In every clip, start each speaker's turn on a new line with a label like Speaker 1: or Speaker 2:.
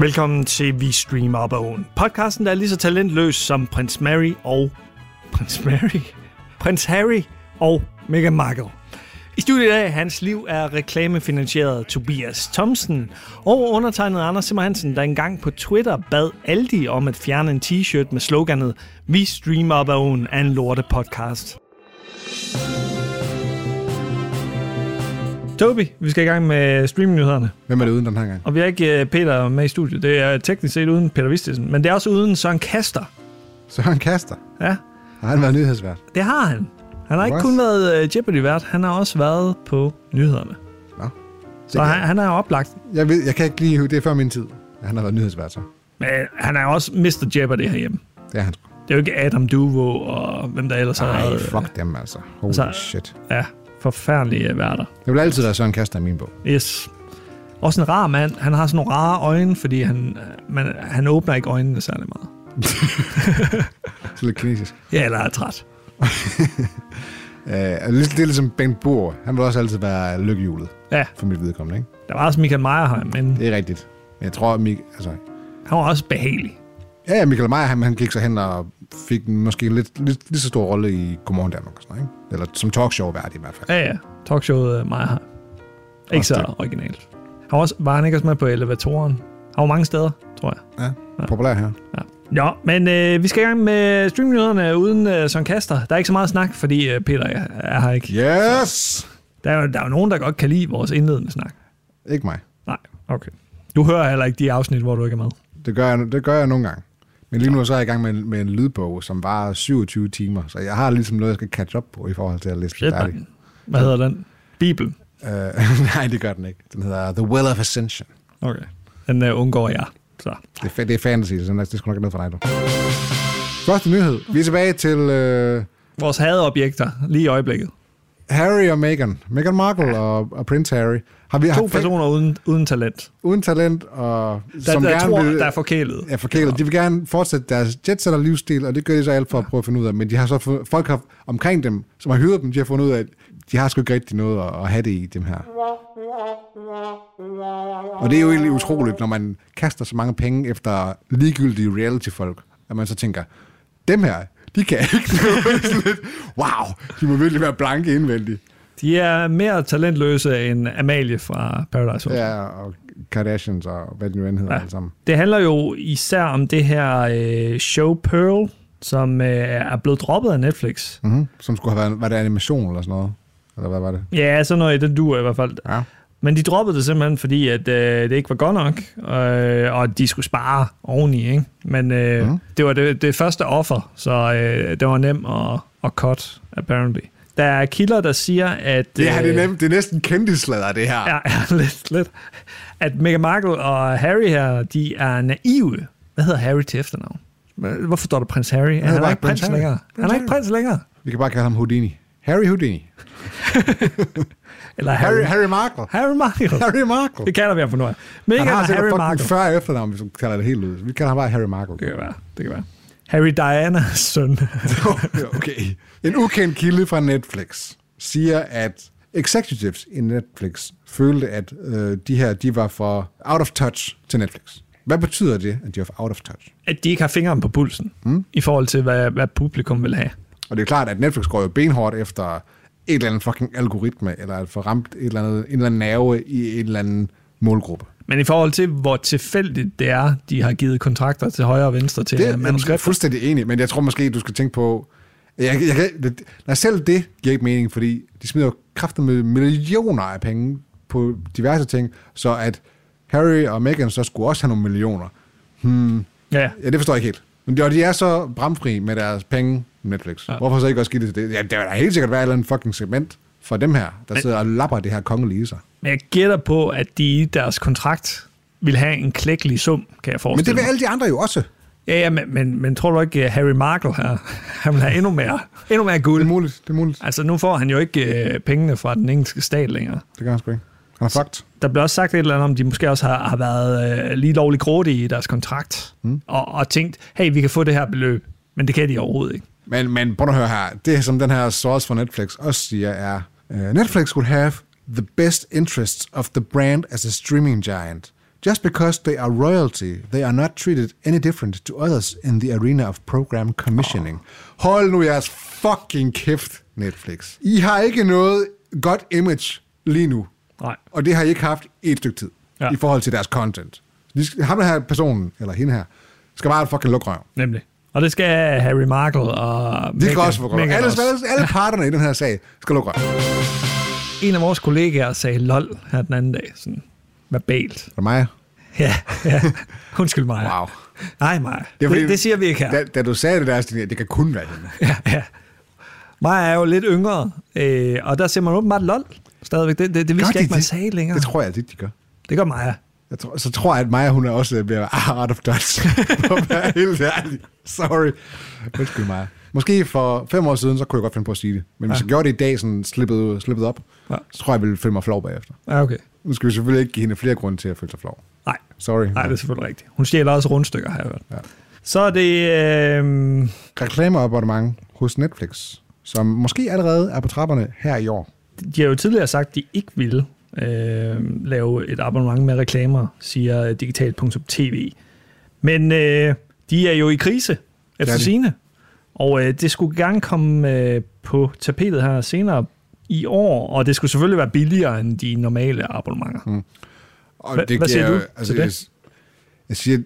Speaker 1: Velkommen til Vi Streamer Op ad Åen. Podcasten, der er lige så talentløs som Prins Mary og... Prins Mary? Prins Harry og Meghan Markle. I studiet i dag, hans liv er reklamefinansieret Tobias Thomsen og undertegnet Anders Simmer Hansen, der engang på Twitter bad Aldi om at fjerne en t-shirt med sloganet Vi streamer op ad åen af en lorte podcast. Tobi, vi skal i gang med streamingnyhederne.
Speaker 2: Hvem er det uden den her gang?
Speaker 1: Og vi har ikke øh, Peter med i studiet. Det er teknisk set uden Peter Vistisen, men det er også uden Søren Kaster.
Speaker 2: Søren Kaster.
Speaker 1: Ja,
Speaker 2: Har han været nyhedsvært?
Speaker 1: det har han. Han har ikke
Speaker 2: What?
Speaker 1: kun været øh, Jeopardy-vært, han har også været på nyhederne.
Speaker 2: Nå.
Speaker 1: Så han, han er jo oplagt.
Speaker 2: Jeg, ved, jeg kan ikke lige... Det er før min tid. at Han har været nyhedsvært, så.
Speaker 1: Men øh, han er jo også Mr. Jeopardy herhjemme.
Speaker 2: Det er han sgu.
Speaker 1: Det er jo ikke Adam Duvo og hvem der ellers har...
Speaker 2: Ej,
Speaker 1: været, øh,
Speaker 2: fuck dem altså. Holy
Speaker 1: så-
Speaker 2: shit.
Speaker 1: Ja, forfærdelige øh, værter.
Speaker 2: Det vil altid være Søren Kaster i min bog.
Speaker 1: Yes. Også en rar mand. Han har sådan nogle rare øjne, fordi han, øh, man, han åbner ikke øjnene særlig meget.
Speaker 2: Så lidt kinesisk.
Speaker 1: Ja, eller er træt.
Speaker 2: Uh, det er ligesom Bengt Bohr. Han vil også altid være lykkehjulet
Speaker 1: Ja,
Speaker 2: for mit vedkommende, ikke?
Speaker 1: der var også Michael Meyerheim, men
Speaker 2: Det er rigtigt. Men jeg tror, at Mik- altså,
Speaker 1: han var også behagelig.
Speaker 2: Ja, ja, Michael Meyer, han, han gik så hen og fik en måske lidt, lidt, lige så stor rolle i Godmorgen Danmark og sådan noget, ikke? Eller som talkshow-vært i hvert fald.
Speaker 1: Ja, ja. Talkshowet øh, Maja har. Ikke
Speaker 2: Også
Speaker 1: så originalt. Han var, også, var han ikke også med på elevatoren? Han var mange steder, tror jeg.
Speaker 2: Ja, populær her.
Speaker 1: Ja. Nå, men øh, vi skal i gang med streamnyhederne uden øh, Søren Kaster. Der er ikke så meget snak, fordi øh, Peter er, er her ikke.
Speaker 2: Yes!
Speaker 1: Der er, jo, der er jo nogen, der godt kan lide vores indledende snak.
Speaker 2: Ikke mig.
Speaker 1: Nej, okay. Du hører heller ikke de afsnit, hvor du ikke er med.
Speaker 2: Det gør jeg, det gør jeg nogle gange. Men lige nu så er jeg i gang med, en- med en lydbog, som varer 27 timer, så jeg har ligesom noget, jeg skal catch up på i forhold til at læse den
Speaker 1: Shit,
Speaker 2: færdig.
Speaker 1: mand. Hvad hedder den? Bibelen.
Speaker 2: Uh, nej, det gør den ikke. Den hedder The Well of Ascension.
Speaker 1: Okay. Den øh, undgår jeg. Så.
Speaker 2: Det er, fa- det er fantasy, så den er- det skal nok ikke noget for dig, du. Første nyhed. Vi er tilbage til uh,
Speaker 1: Vores hadobjekter, lige i øjeblikket.
Speaker 2: Harry og Meghan. Meghan Markle og, og Prince Harry. Har vi
Speaker 1: To personer uden, uden talent.
Speaker 2: uden talent, og
Speaker 1: Der,
Speaker 2: som
Speaker 1: der
Speaker 2: gerne
Speaker 1: tror,
Speaker 2: vil,
Speaker 1: der er forkælet.
Speaker 2: er forkælet. De vil gerne fortsætte deres jetsetter livsstil, og det gør de så alt for at prøve at finde ud af. Men de har så fået, folk har, omkring dem, som har hyret dem, de har fundet ud af, at de har sgu ikke rigtig noget at, at have det i, dem her. Og det er jo egentlig utroligt, når man kaster så mange penge efter ligegyldige reality-folk, at man så tænker, dem her, de kan ikke noget. Sådan lidt, wow, de må virkelig være blanke indvendigt.
Speaker 1: De er mere talentløse end Amalie fra Paradise Hotel. Ja.
Speaker 2: Ja, og Kardashians og hvad det nu end hedder
Speaker 1: Ja.
Speaker 2: ja. alle sammen.
Speaker 1: Det handler jo især om det her øh, show Pearl, som øh, er blevet droppet af Netflix.
Speaker 2: Mm-hmm. Som skulle have været, var det animation eller sådan noget? Eller hvad var det?
Speaker 1: Ja, sådan noget i den dur i hvert fald.
Speaker 2: Ja.
Speaker 1: Men de droppede det simpelthen, fordi at, øh, det ikke var godt nok, øh, og de skulle spare oveni. Ikke? Men øh, mm. det var det, det første offer, så øh, det var nemt at, at cut, apparently. Der er kilder, der siger, at...
Speaker 2: Det, ja,
Speaker 1: øh,
Speaker 2: det, er, nem, det er næsten kendtislader, det her. Ja.
Speaker 1: Ja, ja lidt, lidt. At Meghan Markle og Harry her, de er naive. Hvad hedder Harry til efternavn? Hva- Hvorfor står der prins Harry? Han, han er
Speaker 2: bare
Speaker 1: ikke prins,
Speaker 2: prins Harry.
Speaker 1: længere. han er ikke prins længere.
Speaker 2: Vi kan bare kalde ham Houdini. Harry Houdini.
Speaker 1: Eller
Speaker 2: Harry,
Speaker 1: Harry.
Speaker 2: Harry Markle.
Speaker 1: Harry Markle.
Speaker 2: Harry Markle.
Speaker 1: Det kalder vi ham for nu. af. Meghan
Speaker 2: Han har
Speaker 1: og
Speaker 2: sikkert
Speaker 1: Harry
Speaker 2: fucking
Speaker 1: Markle.
Speaker 2: 40 efternavn, hvis du kalder det helt ud. Vi kalder ham bare Harry Markle.
Speaker 1: Det kan være. Det kan være. Harry Dianas søn.
Speaker 2: okay. En ukendt kilde fra Netflix siger, at executives i Netflix følte, at øh, de her de var for out of touch til Netflix. Hvad betyder det, at de var for out of touch?
Speaker 1: At de ikke har fingeren på pulsen, mm. i forhold til, hvad, hvad publikum vil have.
Speaker 2: Og det er klart, at Netflix går jo benhårdt efter et eller andet fucking algoritme, eller at få ramt et eller andet, en eller anden nerve i en eller anden målgruppe.
Speaker 1: Men i forhold til, hvor tilfældigt det er, de har givet kontrakter til højre og venstre til
Speaker 2: Det
Speaker 1: det,
Speaker 2: er jeg
Speaker 1: manuskripter.
Speaker 2: fuldstændig enig, men jeg tror måske, du skal tænke på... Jeg, jeg, kan- det, nej, selv det giver ikke mening, fordi de smider jo kræfter med millioner af penge på diverse ting, så at Harry og Meghan så skulle også have nogle millioner.
Speaker 1: Ja,
Speaker 2: Ja, det forstår jeg ikke helt. Men de, og de er så bramfri med deres penge, Netflix. Ja. Hvorfor så ikke også give det til det? Ja, der vil da helt sikkert være et eller andet fucking segment for dem her, der sidder og lapper det her kongelige i sig.
Speaker 1: Men jeg gætter på, at de i deres kontrakt vil have en klækkelig sum, kan jeg
Speaker 2: Men det
Speaker 1: forestille
Speaker 2: vil
Speaker 1: mig.
Speaker 2: alle de andre jo også.
Speaker 1: Ja, ja, men, men, men tror du ikke, at Harry Markle her, han vil have endnu mere, endnu mere
Speaker 2: Det
Speaker 1: guld?
Speaker 2: er muligt, det er muligt.
Speaker 1: Altså, nu får han jo ikke øh, pengene fra den engelske stat længere.
Speaker 2: Det gør han sgu ikke. Han er fucked.
Speaker 1: Der bliver også sagt et eller andet om, de måske også har, har været øh, lige lovligt grådige i deres kontrakt, mm. og, og tænkt, hey, vi kan få det her beløb, men det kan de overhovedet ikke.
Speaker 2: Men, men prøv at høre her. Det, som den her source fra Netflix også siger, er, øh, Netflix would have the best interests of the brand as a streaming giant. Just because they are royalty, they are not treated any different to others in the arena of program commissioning. Oh. Hold nu jeres fucking kæft, Netflix. I har ikke noget godt image lige nu,
Speaker 1: Nej.
Speaker 2: og det har I ikke haft i et stykke tid,
Speaker 1: Ja.
Speaker 2: ja. i forhold til deres content. De skal, ham her personen, eller hende her, skal bare fucking lukke røven.
Speaker 1: Nemlig. Og det skal Harry Markle og
Speaker 2: De skal også få røven. Alle, alle, alle parterne i den her sag skal lukke røven. Er
Speaker 1: En af vores kollegaer sagde lol her den anden dag, sådan verbalt.
Speaker 2: det mig?
Speaker 1: Ja, ja. Undskyld mig.
Speaker 2: Wow.
Speaker 1: Nej, Maja.
Speaker 2: Det er
Speaker 1: Det,
Speaker 2: fordi-
Speaker 1: det, det siger vi ikke her.
Speaker 2: Da, da du sagde det der, Stine, det kan kun være hende.
Speaker 1: Ja, ja. Maja er jo lidt yngre, øh, og der ser man åbenbart lol stadigvæk. Det, det, det vidste
Speaker 2: Gør
Speaker 1: jeg
Speaker 2: de
Speaker 1: ikke, man
Speaker 2: det?
Speaker 1: sagde længere.
Speaker 2: Det tror jeg altså ikke, de gør.
Speaker 1: det gør Maja.
Speaker 2: Jeg tror, så tror jeg, at Maja, hun er også ved at være "Ah, out of touch. For at være helt ærlig. Sorry. Undskyld, Maja. Måske for fem år siden, så kunne jeg godt finde på at sige det. Men hvis jeg gjorde det i dag, sådan slippet, slippet op,
Speaker 1: Ja.
Speaker 2: så tror jeg, jeg ville føle mig flov bagefter.
Speaker 1: Ja, okay.
Speaker 2: Nu skal vi selvfølgelig ikke give hende flere grunde til at føle sig flov.
Speaker 1: Nej,
Speaker 2: Sorry.
Speaker 1: nej, det er selvfølgelig rigtigt. Hun stjæler også rundstykker, har jeg hørt. Ja.
Speaker 2: Ja.
Speaker 1: Så er det... Øh,
Speaker 2: Reklameabonnement hos Netflix, som måske allerede er på trapperne her i år.
Speaker 1: de har jo tidligere sagt, at de ikke ville øh, lave et abonnement med reklamer, siger digital.tv. Men øh, de er jo i krise
Speaker 2: er
Speaker 1: efter
Speaker 2: de.
Speaker 1: sine. Og øh, det skulle gerne komme øh, på tapetet her senere i år, og det skulle selvfølgelig være billigere end de normale abonnementer. Mm.
Speaker 2: Og altså,
Speaker 1: Hva- hvad siger du til det?
Speaker 2: Jeg, jeg siger,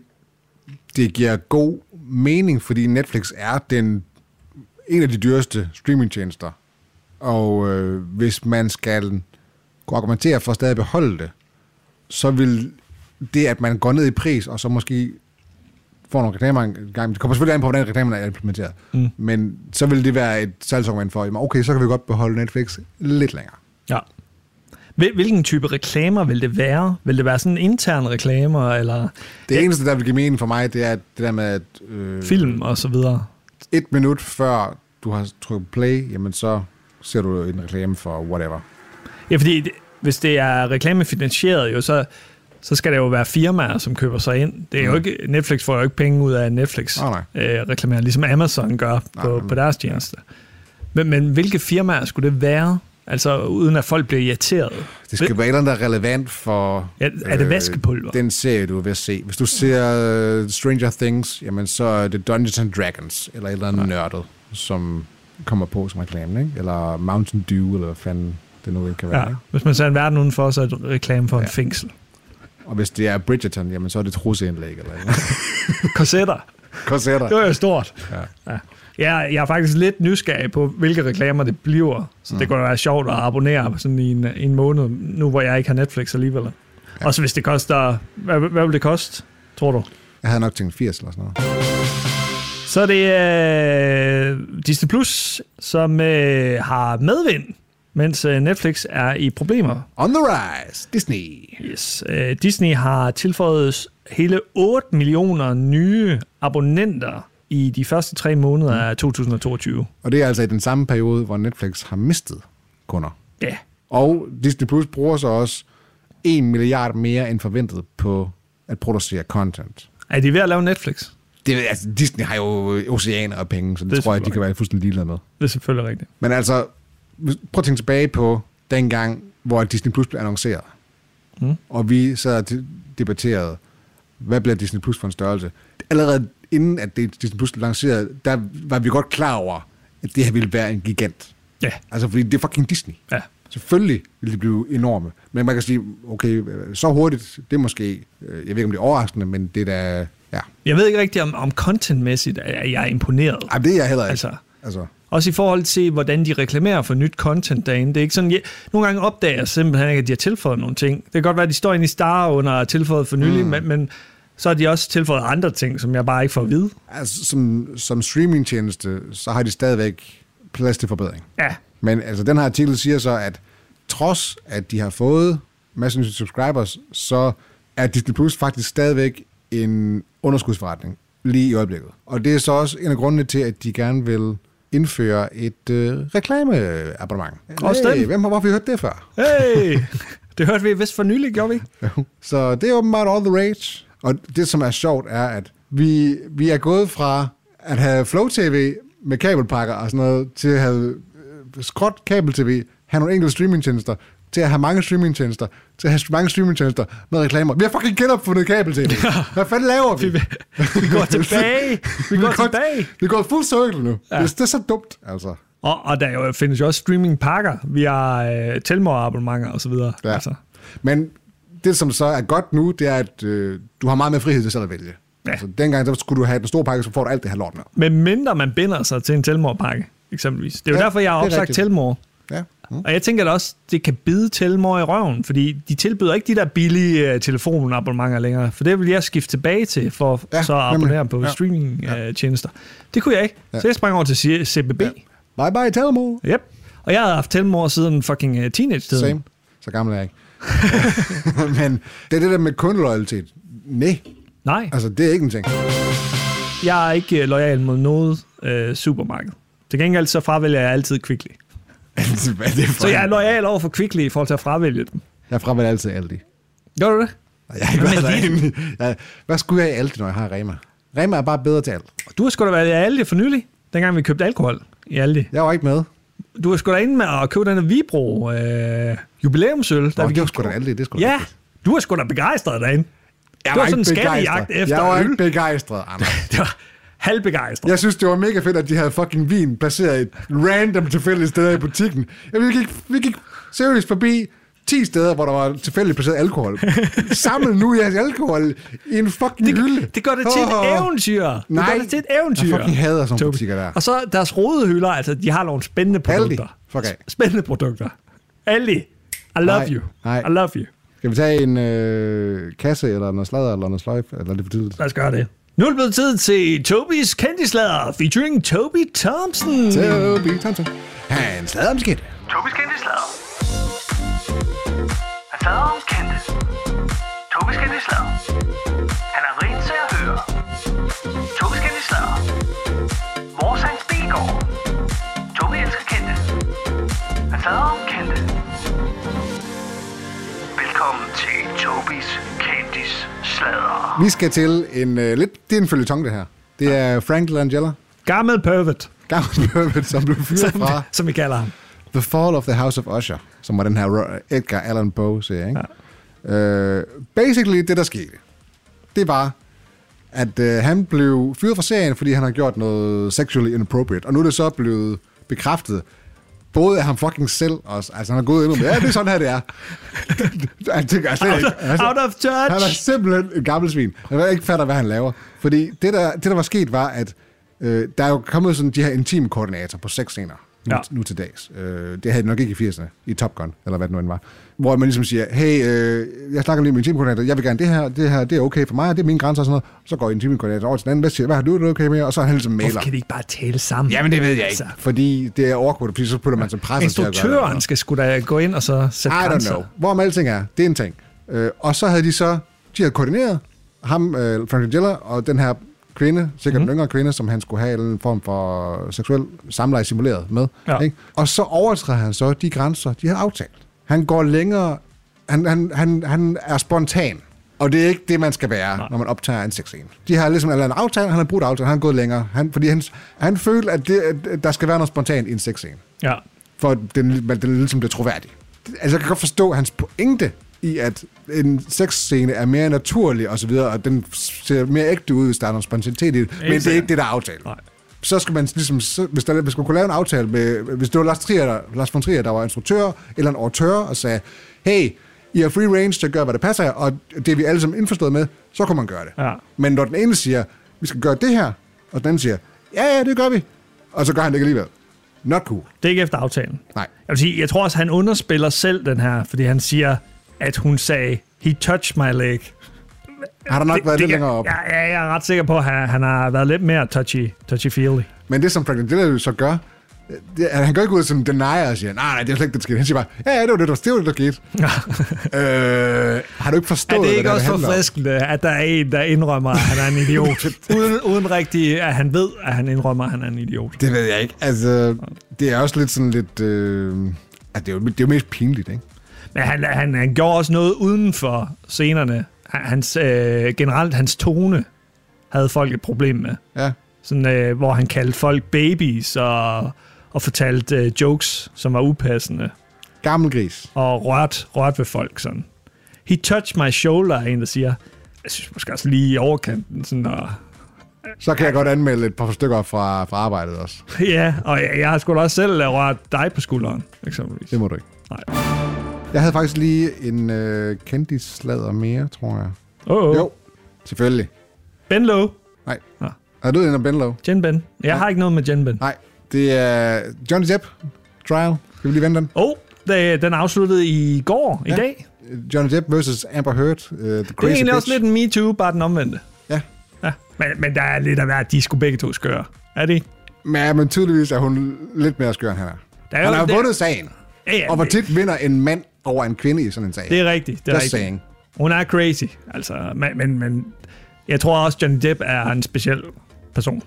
Speaker 2: det giver god mening, fordi Netflix er den en af de dyreste streamingtjenester. Og øh, hvis man skal kunne argumentere for at stadig beholde det, så vil det, at man går ned i pris, og så måske får nogle reklamer en gang, det kommer selvfølgelig an på, hvordan reklamerne er implementeret,
Speaker 1: Mm.
Speaker 2: mm. men så vil det være et salgsargument for, jamen, okay, så kan vi godt beholde Netflix lidt længere.
Speaker 1: Ja. Hvil- Hvilken type reklamer vil det være? Vil det være sådan interne reklamer, eller
Speaker 2: Det
Speaker 1: Ja.
Speaker 2: eneste, der vil give mening for mig, det er det der med, at... Øh,
Speaker 1: film og så videre?
Speaker 2: et minut før du har trykket play, jamen så ser du en reklame for whatever.
Speaker 1: Ja, fordi det, hvis det er reklamefinansieret, jo, så, så skal der jo være firmaer, som køber sig ind. Det er jo
Speaker 2: Mm.
Speaker 1: ikke, Netflix får jo ikke penge ud af at Netflix
Speaker 2: Åh, nej.
Speaker 1: øh, reklamerer, ligesom Amazon gør
Speaker 2: Nej,
Speaker 1: på,
Speaker 2: Ah, men-
Speaker 1: på deres tjeneste. Men, men hvilke firmaer skulle det være? Altså uden at folk bliver irriteret.
Speaker 2: Det skal være et eller andet, der er relevant for...
Speaker 1: Ja, er det vaskepulver?
Speaker 2: Den serie, du er ved at se. Hvis du ser uh, Stranger Things, jamen så er det Dungeons and Dragons, eller et eller andet nørdet, som kommer på som reklamen, ikke? Eller Mountain Dew, eller hvad fanden det nu end kan være.
Speaker 1: Ja,
Speaker 2: Ja. Ikke?
Speaker 1: hvis man ser en verden udenfor, så er det reklame for ja. en
Speaker 2: Ja.
Speaker 1: fængsel.
Speaker 2: Og hvis det er Bridgerton, jamen så er det trusseindlæg, eller
Speaker 1: Korsetter.
Speaker 2: korsetter.
Speaker 1: Det var jo stort.
Speaker 2: Ja.
Speaker 1: Ja. Jeg, jeg er faktisk lidt nysgerrig på, hvilke reklamer det bliver. Så mm. det kunne da være sjovt at abonnere på sådan i en, i en måned, nu hvor jeg ikke har Netflix alligevel. Ja. Også hvis det koster... Hvad, hvad vil det koste, tror du?
Speaker 2: Jeg havde nok tænkt 80 eller sådan noget.
Speaker 1: Så er det øh, Disney Plus, som øh, har medvind, mens øh, Netflix er i problemer.
Speaker 2: On the rise, Disney.
Speaker 1: Yes. Øh, Disney har tilføjet s- hele 8 millioner nye abonnenter i de første tre måneder af 2022.
Speaker 2: Og det er altså i den samme periode, hvor Netflix har mistet kunder.
Speaker 1: Ja,
Speaker 2: Og Disney Plus bruger så også 1 milliard mere end forventet på at producere content.
Speaker 1: er de ved at lave Netflix?
Speaker 2: Det, altså, Disney har jo øh, oceaner af penge, så det,
Speaker 1: Det
Speaker 2: det tror jeg,
Speaker 1: tror
Speaker 2: de kan være fuldstændig ligeglade med.
Speaker 1: Det er selvfølgelig rigtigt.
Speaker 2: Men altså, hvis- prøv at tænke tilbage på dengang, hvor Disney Plus blev annonceret.
Speaker 1: Mm.
Speaker 2: Mm. Og vi sad og de- debatterede, hvad bliver Disney Plus for en størrelse? Allerede inden at det- Disney Plus blev lanceret, der var vi godt klar over, at det her ville være en gigant.
Speaker 1: Ja,
Speaker 2: Altså, fordi det er fucking Disney.
Speaker 1: ja.
Speaker 2: Selvfølgelig vil de blive enorme. Men man kan sige, okay, øh, så hurtigt, det er måske, øh, jeg ved ikke, om det er overraskende, men det er da, ja.
Speaker 1: Jeg ved ikke rigtigt, om, om contentmæssigt er jeg imponeret.
Speaker 2: Ej, det er jeg heller ikke.
Speaker 1: Altså.
Speaker 2: altså
Speaker 1: Også i forhold til, hvordan de reklamerer for nyt content derinde. Det er ikke sådan, jeg, nogle gange opdager jeg simpelthen ikke, at de har tilføjet nogle ting. Det kan godt være, at de står inde i Star under og tilføjet for nylig, mm. men, men så har de også tilføjet andre ting, som jeg bare ikke får at vide.
Speaker 2: altså, som, som streamingtjeneste, så har de stadigvæk plads til forbedring.
Speaker 1: Ja,
Speaker 2: Men altså, den her artikel siger så, at trods at de har fået masser af nye subscribers, så er Disney Plus faktisk stadigvæk en underskudsforretning lige i øjeblikket. Og det er så også en af grundene til, at de gerne vil indføre et øh, reklameabonnement.
Speaker 1: Også den.
Speaker 2: hvem har hvorfor har vi hørt det før?
Speaker 1: hey! det hørte vi vist for nylig, gjorde vi ikke?
Speaker 2: Så det er åbenbart all the rage. Og det, som er sjovt, er, at vi, vi er gået fra at have Flow TV med kabelpakker og sådan noget, til at have øh, skråt kabel-tv, have nogle enkelte streamingtjenester, til at have mange streamingtjenester, til at have mange streamingtjenester med reklamer. Vi har fucking genopfundet kabel-tv. Hvad fanden laver vi?
Speaker 1: Vi går tilbage. Vi går tilbage.
Speaker 2: Vi går full circle nu. Ja. Det, det er så dumt, altså.
Speaker 1: Og, og der jo, findes jo også streamingpakker via øh, Telmor-abonnementer og så videre.
Speaker 2: Ja. Altså. Men det, som så er godt nu, det er, at øh, du har meget mere frihed til selv at vælge. Ja. Altså, dengang så skulle du have den store pakke, så får du alt det her lort med.
Speaker 1: Men mindre man binder sig til en Telmor-pakke, eksempelvis. Det er jo
Speaker 2: Ja,
Speaker 1: derfor, jeg har
Speaker 2: det er
Speaker 1: opsagt
Speaker 2: rigtigt.
Speaker 1: Telmor.
Speaker 2: Ja. Mm.
Speaker 1: Og jeg tænker da også, det kan bide Telmor i røven, fordi de tilbyder ikke de der billige øh, telefonabonnementer længere, for det vil jeg skifte tilbage til, for ja,
Speaker 2: Ja,
Speaker 1: så at
Speaker 2: nemlig.
Speaker 1: abonnere på ja.
Speaker 2: Ja.
Speaker 1: streamingtjenester. det kunne jeg ikke, ja.
Speaker 2: Ja.
Speaker 1: så jeg sprang over til C- CBB. Ja.
Speaker 2: Bye bye, Telmo.
Speaker 1: Yep. Og jeg havde haft Telmor siden fucking uh, teenage-tiden.
Speaker 2: Same. Så gammel er jeg ikke. Men det er det der med kundeloyalitet. Nej,
Speaker 1: Nej,
Speaker 2: altså det er ikke en ting.
Speaker 1: jeg er ikke uh, lojal mod noget uh, supermarked. Til gengæld så fravælger jeg altid Kvickly.
Speaker 2: Altså, Hvad er det for
Speaker 1: Så jeg er
Speaker 2: en-
Speaker 1: lojal over for Kvickly i forhold til at fravælge dem.
Speaker 2: Jeg fravælger altid Aldi.
Speaker 1: Gør du det?
Speaker 2: Jeg har ikke
Speaker 1: Hvad
Speaker 2: været
Speaker 1: med
Speaker 2: derinde. Jeg- Hvad skulle jeg i Aldi, når jeg har Rema? Rema er bare bedre til alt.
Speaker 1: Du har sgu da været i Aldi for nylig, dengang vi købte alkohol i Aldi.
Speaker 2: Jeg var ikke med.
Speaker 1: Du var sgu da inde med at købe den her Vibro øh, jubilæumsøl. Der
Speaker 2: Der
Speaker 1: vi
Speaker 2: det var
Speaker 1: gik
Speaker 2: sgu da
Speaker 1: tur.
Speaker 2: Aldi, det skulle
Speaker 1: Ja, du er sgu da begejstret derinde.
Speaker 2: Jeg
Speaker 1: det var
Speaker 2: ikke
Speaker 1: sådan en
Speaker 2: begejstret.
Speaker 1: skattejagt efter
Speaker 2: Jeg var
Speaker 1: øl.
Speaker 2: ikke begejstret, Anders.
Speaker 1: Det var halvbegejstret.
Speaker 2: Jeg synes, det var mega fedt, at de havde fucking vin placeret et random tilfældigt sted i butikken. Ja, vi, gik, vi gik seriøst forbi 10 steder, hvor der var tilfældigt placeret alkohol. Samle nu jeres alkohol i en fucking hylde.
Speaker 1: Det gør det til et
Speaker 2: Åh.
Speaker 1: eventyr. Det
Speaker 2: Nej.
Speaker 1: gør det til et eventyr.
Speaker 2: Jeg fucking hader sådan nogle
Speaker 1: Tobi.
Speaker 2: butikker der.
Speaker 1: Og så deres rode hylder, altså de har nogle spændende
Speaker 2: Aldi.
Speaker 1: produkter.
Speaker 2: Fuck af.
Speaker 1: Spændende produkter. Aldi. I love
Speaker 2: Nej,
Speaker 1: you.
Speaker 2: nej.
Speaker 1: I love you.
Speaker 2: Skal vi tage en øh, kasse, eller noget sladder, eller noget sløjf, eller er det for tidligt?
Speaker 1: Lad os gøre det. Nu er det blevet tid til Tobis Kendislader featuring Toby Thompson.
Speaker 2: Toby Thompson. Han slader om skidt.
Speaker 3: Tobis kendte slader. Han slader om kendte. Tobis kendte slader. Han er rigt til at høre. Tobis kendte slader. Vores hans bilgård. Tobi elsker kendte. Han slader om kendte. Velkommen til Tobis kendtis slader.
Speaker 2: Vi skal til en øh, lidt... Det er en følgetong, det her. Det er Frank Langella,
Speaker 1: Gammel pervert,
Speaker 2: gammel bøbet, som blev fyret
Speaker 1: som,
Speaker 2: fra
Speaker 1: som vi kalder ham.
Speaker 2: The Fall of the House of Usher, som var den her Ro- Edgar Allan Poe serie. Ikke? Ja. Uh, basically, det der skete, det var, at uh, han blev fyret fra serien, fordi han har gjort noget sexually inappropriate. Og nu er det så blevet bekræftet, både af ham fucking selv også. Altså, han har gået ind med, ja, det er sådan her, det er. han tænker slet ikke. altså,
Speaker 1: Out of
Speaker 2: han er
Speaker 1: touch.
Speaker 2: simpelthen en gammel svin. Han ved ikke fatter, hvad han laver. Fordi det der, det, der var sket, var, at øh, der er jo kommet sådan de her intime koordinator på seks scener nu,
Speaker 1: Ja.
Speaker 2: ja. nu til dags. Øh, det havde de nok ikke i 80'erne, i Top Gun, eller hvad det nu end var. Hvor man ligesom siger, hey, øh, jeg snakker lige med intime koordinator, jeg vil gerne det her, det her, det er okay for mig, det er mine grænser og sådan noget. Så går intime koordinator over til den anden, hvad siger, hvad har du, er det okay med? Og så er han ligesom
Speaker 1: Hvorfor
Speaker 2: maler.
Speaker 1: kan de ikke bare tale sammen? Altså,
Speaker 2: det ved jeg ikke. Fordi det er awkward, fordi så putter man som presser til at gøre det.
Speaker 1: Instruktøren skal sgu da gå ind og så sætte
Speaker 2: I don't
Speaker 1: grænser.
Speaker 2: know. Hvorom alting er, det er en ting. Øh, og så havde de så, de havde koordineret ham, øh, Frank Langella, og den her kvinde, sikkert
Speaker 1: Mhm.
Speaker 2: mm. en yngre kvinde, som han skulle have en eller anden form for seksuel samleje simuleret med.
Speaker 1: Ja.
Speaker 2: Ikke? Og så overtræder han så de grænser, de havde aftalt. Han går længere, han, han, han, han er spontan. Og det er ikke det, man skal være, Nej. når man optager en sexscene. De har ligesom en eller anden aftale, han har brugt aftalen, han er gået længere. Han, fordi han, han følte, at, det, at der skal være noget spontant i en sexscene
Speaker 1: Ja.
Speaker 2: for at den, man- den ligesom bliver troværdig. Altså, jeg kan godt forstå hans pointe i, at en sexscene er mere naturlig og så videre, og den ser mere ægte ud, hvis der er noget spontanitet i det, men det er
Speaker 1: sikkert.
Speaker 2: ikke det, der er aftalt.
Speaker 1: Nej.
Speaker 2: Så skal man ligesom, så, hvis, der, hvis man kunne lave en aftale med, hvis det var Lars, Trier, der, Lars von Trier, der var instruktør eller en autør, og sagde, hey, I har free range til at gøre, hvad der passer jer, og det er vi alle sammen indforstået med, så kunne man gøre det.
Speaker 1: Ja.
Speaker 2: Men når den ene siger, vi skal gøre det her, og den anden siger, ja, ja, det gør vi, og så gør han det ikke alligevel. Not cool.
Speaker 1: Det er ikke efter aftalen.
Speaker 2: Nej.
Speaker 1: Jeg, vil sige, jeg tror også, han underspiller selv den her, fordi han siger, at hun sagde, he touched my leg.
Speaker 2: Har der nok det, været det,
Speaker 1: kan-
Speaker 2: lidt længere op. Ja.
Speaker 1: Ja, ja, jeg er ret sikker på, at han, han har været lidt mere touchy, touchy-feely.
Speaker 2: Men det, som Frank Langella jo så gør, det, er, at han går ikke ud og sådan denier og siger, nej, nej, det er slet ikke det, der skete. Han siger bare, ja, ja, det var det, der, det var det, der skete. øh, har du ikke forstået,
Speaker 1: Er det ikke
Speaker 2: hvad
Speaker 1: også
Speaker 2: det handler om?
Speaker 1: forfriskende, at der er en, der indrømmer, at han er en idiot? uden, uden rigtig, at han ved, at han indrømmer, at han er en idiot.
Speaker 2: Det ved jeg ikke. Altså, det er også lidt sådan lidt... Øh, altså, det, er jo, det er jo mest pinligt, ikke?
Speaker 1: Men han, han, han gjorde også noget uden for scenerne. Han- Hans, øh, generelt hans tone havde folk et problem med.
Speaker 2: Ja.
Speaker 1: Sådan, øh, hvor han kaldte folk babies og, og fortalte øh, jokes, som var upassende.
Speaker 2: Gammel gris.
Speaker 1: og rørt, rørt ved folk sådan. He touched my shoulder, er en, der siger. Jeg synes måske også lige i overkanten, sådan, og,
Speaker 2: Så kan jeg godt anmelde et par stykker fra, fra arbejdet også.
Speaker 1: ja, og jeg, jeg har sgu da også selv øh, rørt dig på skulderen, eksempelvis.
Speaker 2: Det må du ikke.
Speaker 1: Nej.
Speaker 2: Jeg havde faktisk lige en øh, kendtislader mere, tror jeg.
Speaker 1: Oh, oh.
Speaker 2: Jo, selvfølgelig.
Speaker 1: Ben Low.
Speaker 2: Nej.
Speaker 1: Nå.
Speaker 2: Er du en af Benlow?
Speaker 1: Jen Ben. Jeg har ikke noget med Jen Ben.
Speaker 2: Nej, det er Johnny Depp trial. Skal vi lige vente den?
Speaker 1: Oh, det, den afsluttede i går, ja. i
Speaker 2: Ja.
Speaker 1: dag.
Speaker 2: Johnny Depp versus Amber Heard. Uh, the crazy
Speaker 1: Det er egentlig
Speaker 2: bitch.
Speaker 1: også lidt en MeToo, bare den omvendte.
Speaker 2: Ja.
Speaker 1: Ja. Men, men der er lidt af hvert, de er sgu begge to skøre. Er det ikke?
Speaker 2: Men, men tydeligvis er hun lidt mere skør, end han er.
Speaker 1: Der er
Speaker 2: han
Speaker 1: jo-
Speaker 2: har
Speaker 1: det-
Speaker 2: vundet sagen.
Speaker 1: Ja, ja,
Speaker 2: og hvor
Speaker 1: det-
Speaker 2: tit vinder en mand over en kvinde i sådan en sag.
Speaker 1: Det er rigtigt, det er
Speaker 2: Just
Speaker 1: rigtigt.
Speaker 2: saying.
Speaker 1: Hun er crazy, altså. Men, men, men jeg tror også, Johnny Depp er en speciel person.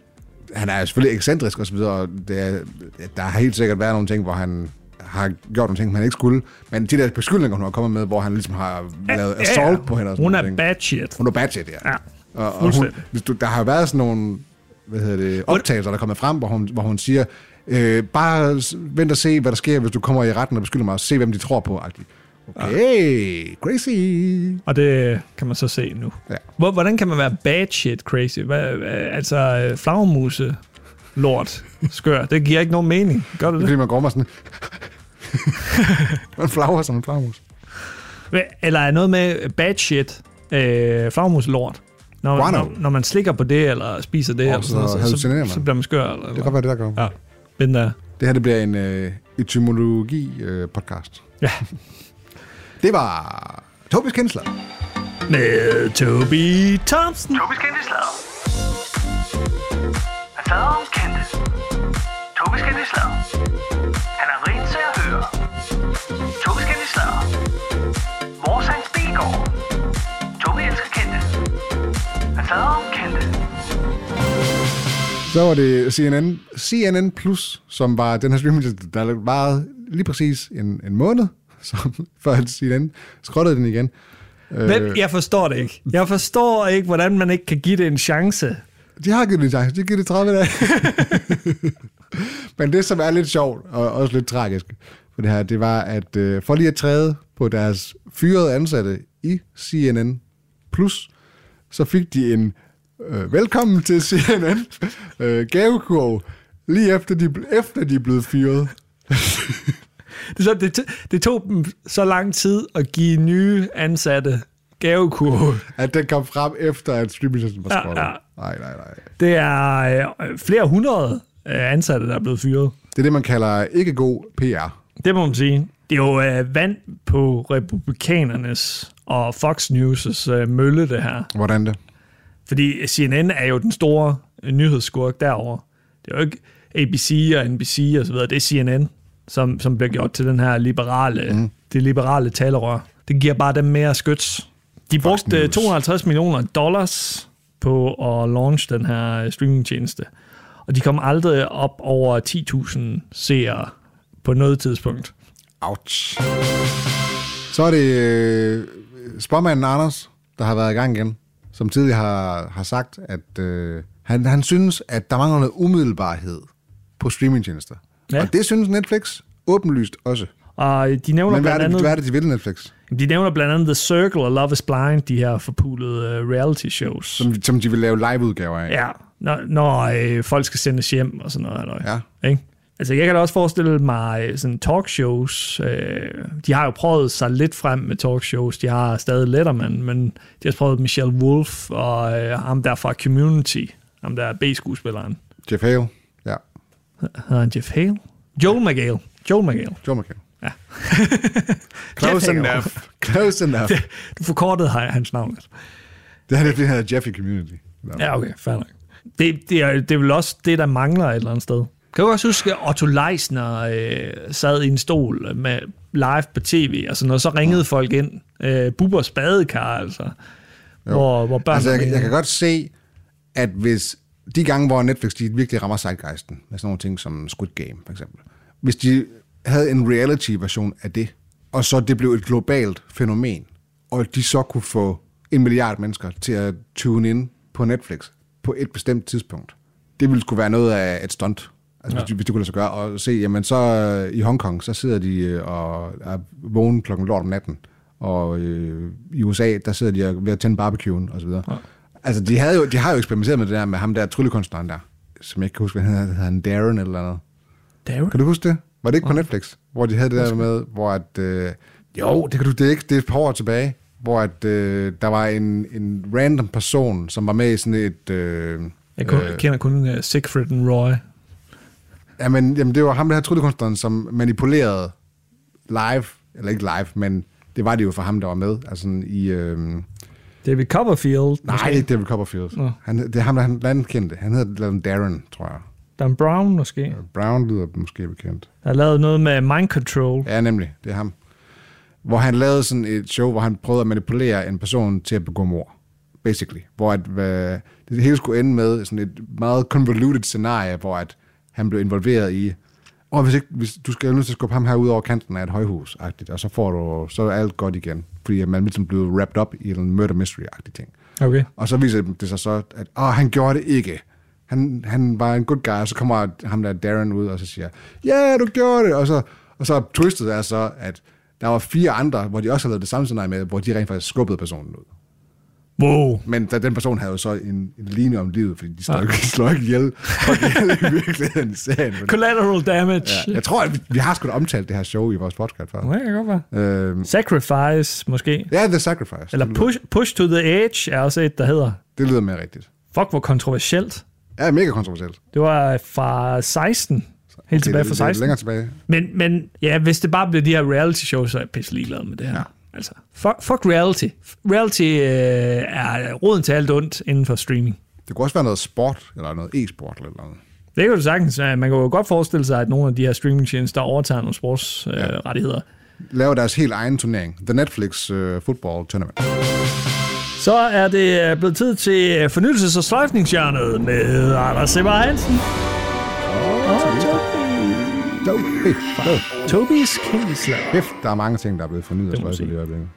Speaker 2: Han er selvfølgelig ekscentrisk og så videre, og det er, der har helt sikkert været nogle ting, hvor han har gjort nogle ting, han ikke skulle. Men de der beskyldninger, hun har kommet med, hvor han ligesom har lavet assault på hende. Og sådan
Speaker 1: Hun
Speaker 2: nogle
Speaker 1: er
Speaker 2: ting.
Speaker 1: bad shit.
Speaker 2: Hun er bad shit, ja.
Speaker 1: Ja,
Speaker 2: Og, og hun,
Speaker 1: fuldstændig.
Speaker 2: hvis du, der har været sådan nogle hvad hedder det, optagelser, der er kommet frem, hvor hun, hvor hun siger, øh, bare s- vent og se, hvad der sker, hvis du kommer i retten og beskylder mig, og se, hvem de tror på. -agtigt. Okay, crazy.
Speaker 1: Og det kan man så se nu.
Speaker 2: Ja.
Speaker 1: Hvor, hvordan kan man være bad shit crazy? Hvad, øh, altså, øh, flagermuse lort skør. Det giver ikke nogen mening. Gør det
Speaker 2: Det er,
Speaker 1: det?
Speaker 2: fordi man går med sådan... man flager som en flagermus.
Speaker 1: Hva- Eller er noget med bad shit, øh, flagermus lort? Når,
Speaker 2: Guano.
Speaker 1: når, når, man slikker på det, eller spiser det, eller
Speaker 2: så
Speaker 1: sådan noget, så,
Speaker 2: hallucinerer
Speaker 1: så,
Speaker 2: man.
Speaker 1: så, bliver man skør. Eller,
Speaker 2: Det kan godt være, det der går. Ja.
Speaker 1: Ja, den der.
Speaker 2: Det her, det bliver en øh, etymologi-podcast.
Speaker 1: Ja,
Speaker 2: det var Tobis Kinsler.
Speaker 1: med Toby Thompson.
Speaker 3: Tobis kendte slader. Han slader om kendte. Tobis kendte slader. Han er rent til at høre. Tobis kendte slader. Vores hans bilgård. Tobi elsker kendte. Han slader om kendte.
Speaker 2: Så var det CNN, CNN Plus, som var den her streaming, der varede lige præcis en, en måned, som, før at CNN skrottede den igen.
Speaker 1: Men jeg forstår det ikke. Jeg forstår ikke, hvordan man ikke kan give det en chance.
Speaker 2: De har givet det en chance. De har givet det 30 dage. Men det, som er lidt sjovt, og også lidt tragisk for det her, det var, at øh, for lige at træde på deres fyrede ansatte i CNN+, Plus, så fik de en øh, velkommen til CNN øh, gavekurv, lige efter de, efter de er blevet fyret.
Speaker 1: Det, er så, det, t- det tog dem så lang tid at give nye ansatte gavekurve.
Speaker 2: At den kom frem efter, at streamingtjenesten var
Speaker 1: Ja,
Speaker 2: skrottet.
Speaker 1: ja.
Speaker 2: Nej, nej, nej.
Speaker 1: Det er øh, flere hundrede øh, ansatte, der er blevet fyret.
Speaker 2: Det er det, man kalder ikke god PR.
Speaker 1: Det må man sige. Det er jo øh, vand på republikanernes og Fox News' øh, mølle, det her.
Speaker 2: Hvordan det?
Speaker 1: Fordi CNN er jo den store øh, nyhedsskurk derovre. Det er jo ikke ABC og NBC og så videre. Det er CNN, som, som bliver gjort til den her liberale, mm. det liberale talerør. Det giver bare dem mere skyts. De brugte øh,
Speaker 2: News.
Speaker 1: 250 millioner dollars på at launch den her øh, streamingtjeneste. Og de kom aldrig op over 10.000 seere på noget tidspunkt.
Speaker 2: Ouch. Så er det øh, spormanden Anders, der har været i gang igen, som tidligere har, har sagt, at øh, han, han synes, at der mangler noget umiddelbarhed på streamingtjenester.
Speaker 1: Ja.
Speaker 2: Ja. Og det synes Netflix åbenlyst også.
Speaker 1: Og øh, de nævner
Speaker 2: Men hvad er,
Speaker 1: blandt
Speaker 2: det,
Speaker 1: andet...
Speaker 2: hvad er det, de vil Netflix?
Speaker 1: De nævner blandt andet The Circle og Love is Blind, de her forpulede øh, reality shows.
Speaker 2: Som, som de vil lave liveudgaver af.
Speaker 1: Ja, når, når øh, folk skal sendes hjem og sådan noget. Halløj.
Speaker 2: Ja.
Speaker 1: Ikke? Altså, jeg kan da også forestille mig øh, sådan talkshows. Øh, de har jo prøvet sig lidt frem med talkshows. De har stadig Letterman, men de har også prøvet Michelle Wolf og øh, ham der fra Community. Ham der B-skuespilleren.
Speaker 2: Jeff Hale. Ja.
Speaker 1: Hedder han Jeff Hale? Joel McHale. Joel McHale.
Speaker 2: Joe McHale.
Speaker 1: Ja.
Speaker 2: Close
Speaker 1: Jeff Hale.
Speaker 2: enough. Close enough.
Speaker 1: Du forkortede he- hans navn lidt.
Speaker 2: Det er det, han hedder Jeff i Community. No.
Speaker 1: Ja, okay, fair nok. Det, det, er, det er vel også det, der mangler et eller andet sted. Kan du også huske, at Otto Leisner øh, sad i en stol med live på tv, og sådan noget, så ringede folk ind. Øh, Bubbers badekar, altså. Hvor, hvor børn...
Speaker 2: Altså, jeg, jeg kan godt se, at hvis de gange, hvor Netflix de virkelig rammer zeitgeisten, med sådan nogle ting som Squid Game, for eksempel, hvis de havde en reality-version af det, og så det blev et globalt fænomen, og de så kunne få en milliard mennesker til at tune ind på Netflix på et bestemt tidspunkt, det ville skulle være noget af et stunt. Altså, ja. hvis, du, hvis du kunne lade sig gøre, og se, jamen så øh, i Hongkong, så sidder de øh, og er vågne klokken lort om natten. Og øh, i USA, der sidder de og ved at tænde barbecuen, og så videre. Ja. Altså, de, havde jo, de har jo eksperimenteret med det der med ham der tryllekunstneren der, som jeg ikke kan huske, hvad han hedder, hedder han Darren eller noget.
Speaker 1: Darren?
Speaker 2: Kan du huske det? Var det ikke på Netflix, hvor de havde det der med, hvor at... Øh, jo, det kan du det er ikke. Det er et par år tilbage, hvor at, øh, der var en, en random person, som var med i sådan et... Øh,
Speaker 1: Jeg kun, øh, kender kun uh, Siegfried and Roy.
Speaker 2: jamen, jamen, det var ham, der her tryllekunstneren, som manipulerede live, eller ikke live, men det var det jo for ham, der var med. Altså sådan i... Øh,
Speaker 1: David Copperfield.
Speaker 2: nej, ikke David Copperfield.
Speaker 1: Nå.
Speaker 2: Han, det er ham, der han blandt andet kendte. Han hedder Darren, tror jeg.
Speaker 1: Dan Brown måske. Ja.
Speaker 2: Brown lyder måske bekendt.
Speaker 1: Der har lavet noget med mind control.
Speaker 2: Ja, nemlig. Det er ham. Hvor han lavede sådan et show, hvor han prøvede at manipulere en person til at begå mord. Basically. Hvor at, øh, det hele skulle ende med sådan et meget convoluted scenarie, hvor at han blev involveret i, og hvis ikke, hvis du skal nødt til at skubbe ham her ud over kanten af et højhus, -agtigt, og så får du, så er alt godt igen. Fordi at man ligesom blev wrapped up i en murder mystery-agtig ting.
Speaker 1: Okay.
Speaker 2: Og så viser det sig så, at åh, han gjorde det ikke. Han, han var en good guy, og så kommer ham der Darren ud, og så siger, ja, yeah, du gjorde det, og så, og så twistet er så, at der var fire andre, hvor de også havde lavet det samme scenarie med, hvor de rent faktisk skubbede personen ud.
Speaker 1: Wow.
Speaker 2: Men da den person havde jo så en, en linje om livet, fordi de slår, ikke, slår ikke ihjel, og det er i virkeligheden i serien. Men,
Speaker 1: Collateral damage.
Speaker 2: ja, jeg tror, at vi, vi har sgu da omtalt det her show i vores podcast før.
Speaker 1: Ja, det kan godt være.
Speaker 2: Øhm,
Speaker 1: Sacrifice måske.
Speaker 2: Ja, The Sacrifice.
Speaker 1: Eller
Speaker 2: det, lyder,
Speaker 1: push, push to the Edge er også et, der hedder.
Speaker 2: det lyder mere rigtigt.
Speaker 1: Fuck, hvor kontroversielt.
Speaker 2: Ja, mega kontroversielt.
Speaker 1: Det var øh, fra 16. Helt tilbage
Speaker 2: det,
Speaker 1: fra
Speaker 2: det er
Speaker 1: 16.
Speaker 2: længere tilbage.
Speaker 1: Men, men ja, hvis det bare bliver de her reality shows, så er jeg pisse ligeglad med det her. Ja. Altså, fuck, fuck reality. Reality øh, er roden til alt ondt inden for streaming.
Speaker 2: Det kunne også være noget sport, eller noget e-sport, eller noget.
Speaker 1: Det kan du sagtens. øh, Man kan jo godt forestille sig, at nogle af de her streamingtjenester overtager nogle sportsrettigheder. Øh, rettigheder.
Speaker 2: laver deres helt egen turnering. The Netflix uh, Football Tournament.
Speaker 1: Så er det øh, blevet tid til øh, fornyelses- og sløjfningshjørnet med Anders Simmer Hansen. Og Tobi.
Speaker 2: Dope. Fedt. Dope.
Speaker 1: Tobis Kinsler.
Speaker 2: Kæft, der er mange ting, der er blevet fornyet og
Speaker 1: må man
Speaker 2: sløjfet
Speaker 1: sige.
Speaker 2: i øjeblikket.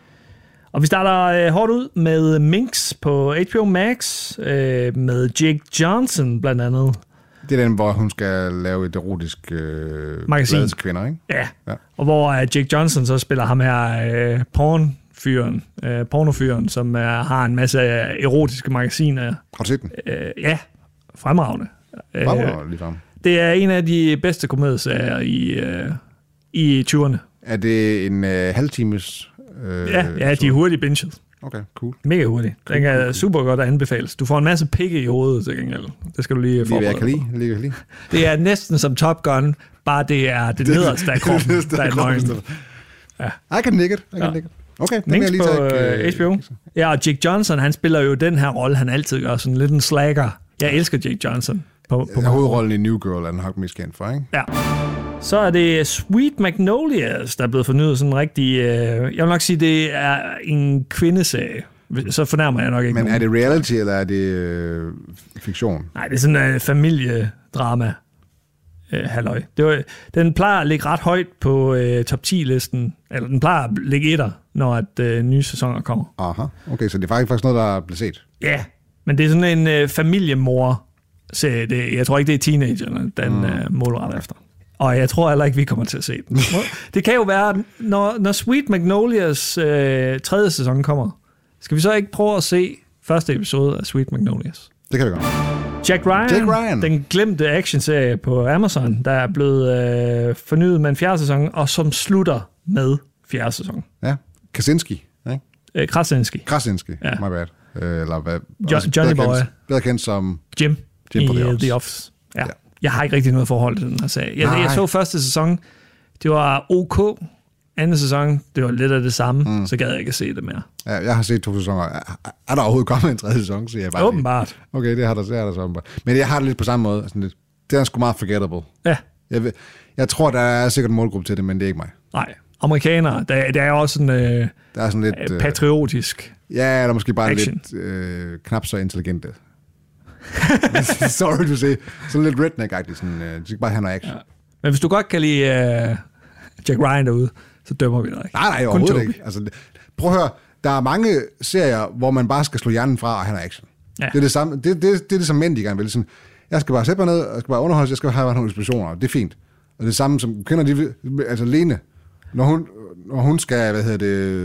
Speaker 1: Og vi starter øh, hårdt ud med Minx på HBO Max, øh, med Jake Johnson blandt andet.
Speaker 2: Det er den, hvor hun skal lave et erotisk øh,
Speaker 1: Magasin.
Speaker 2: blad til kvinder, ikke?
Speaker 1: Ja.
Speaker 2: Ja.
Speaker 1: ja. Og hvor øh, Jake Johnson så spiller ham her øh, pornfyren, øh, pornofyren, som øh, har en masse øh, erotiske magasiner.
Speaker 2: Har du set den?
Speaker 1: Øh, ja, fremragende. Øh,
Speaker 2: Bare øh, lige frem.
Speaker 1: Det er en af de bedste komedieserier i, øh, i 20'erne.
Speaker 2: Er det en øh, halvtimes... Øh,
Speaker 1: Ja, ja, de er hurtigt binget.
Speaker 2: Okay, cool.
Speaker 1: Mega hurtigt. Den kan super godt anbefales. Du får en masse pikke i hovedet til gengæld. Det skal du lige
Speaker 2: Lige hvad
Speaker 1: forberede
Speaker 2: jeg kan
Speaker 1: dig på.
Speaker 2: lide. Lige hvad jeg kan lide.
Speaker 1: Det er næsten som Top Gun, bare det er det, nederste af kroppen,
Speaker 2: Det er
Speaker 1: der er
Speaker 2: kroppen,
Speaker 1: nøgen.
Speaker 2: Ja. I can nick it. I can
Speaker 1: Ja.
Speaker 2: nick it. Okay, den vil
Speaker 1: Minks
Speaker 2: jeg lige
Speaker 1: på
Speaker 2: tage.
Speaker 1: øh, HBO. Ja, og Jake Johnson, han spiller jo den her rolle, han altid gør, sådan lidt en slagger. Jeg elsker Jake Johnson. På, på
Speaker 2: Den hovedrollen i New Girl er den nok mest kendt for, ikke?
Speaker 1: Ja. Så er det Sweet Magnolias, der er blevet fornyet sådan en rigtig... Øh, jeg vil nok sige, det er en kvindeserie. Så fornærmer jeg nok ikke
Speaker 2: Men
Speaker 1: nogen.
Speaker 2: er det reality, eller er det øh, fiktion?
Speaker 1: Nej, det er sådan en øh, familiedrama. Øh, halløj. Det var, den plejer at ligge ret højt på øh, top 10-listen, eller den plejer at ligge etter, når at, øh, nye sæsoner kommer.
Speaker 2: Aha. Okay, så det er faktisk faktisk noget, der er blevet set.
Speaker 1: Ja, men det er sådan en øh, familiemor serie det, Jeg tror ikke, det er teenagerne, den mm. øh, målretter efter. Og jeg tror heller ikke, vi kommer til at se den. det kan jo være, når, når Sweet Magnolias øh, tredje sæson kommer, skal vi så ikke prøve at se første episode af Sweet Magnolias?
Speaker 2: Det kan vi godt.
Speaker 1: Jack Ryan,
Speaker 2: Jack Ryan.
Speaker 1: den glemte actionserie på Amazon, der er blevet øh, fornyet med en fjerde sæson, og som slutter med fjerde sæson.
Speaker 2: Ja. Kaczynski, ikke?
Speaker 1: Øh, Krasinski.
Speaker 2: Krasinski,
Speaker 1: Ja.
Speaker 2: ja. my bad. Øh, Eller hvad?
Speaker 1: Jo-
Speaker 2: også
Speaker 1: Johnny
Speaker 2: bedre
Speaker 1: Boy.
Speaker 2: Kendt, bedre kendt som...
Speaker 1: Jim,
Speaker 2: Jim
Speaker 1: i
Speaker 2: på The
Speaker 1: øh,
Speaker 2: Office.
Speaker 1: The Office. Ja.
Speaker 2: Ja.
Speaker 1: Jeg har ikke rigtig noget forhold til den her sag. Jeg, jeg
Speaker 2: Nej.
Speaker 1: så første sæson, det var OK. Anden sæson, det var lidt af det samme, mm. så gad jeg ikke at se det mere.
Speaker 2: Ja, jeg har set to sæsoner. Er- Er der overhovedet kommet en tredje sæson, siger jeg bare lige.
Speaker 1: Åbenbart.
Speaker 2: Okay, det har der, det har der så åbenbart. Men jeg har det lidt på samme måde. Sådan lidt, det er sgu meget forgettable.
Speaker 1: Ja,
Speaker 2: Jeg, ved, jeg tror, der er sikkert en målgruppe til det, men det er ikke mig.
Speaker 1: nej. Amerikanere, der, der er også en øh,
Speaker 2: Der er sådan lidt... Øh,
Speaker 1: patriotisk.
Speaker 2: ja, der er måske bare
Speaker 1: Action.
Speaker 2: lidt øh, knap så intelligente. Sorry, du siger. Sådan lidt redneck-agtigt. Sådan, øh, de skal bare have noget action. Ja.
Speaker 1: Men hvis du godt kan lide øh, Jack Ryan derude, så dømmer vi dig ikke.
Speaker 2: Nej, nej,
Speaker 1: Kun
Speaker 2: overhovedet
Speaker 1: Toby.
Speaker 2: ikke. Altså, det- prøv at høre, der er mange serier, hvor man bare skal slå hjernen fra, og han er action.
Speaker 1: Ja.
Speaker 2: Ja. Det, er det, samme, det, det, det er det, som mænd de gerne vil. Sådan, Jeg skal bare sætte mig ned, jeg skal bare underholde, jeg skal have nogle inspirationer, det er fint. Og det samme som kvinder, de, altså Lene, når hun, når hun skal, hvad hedder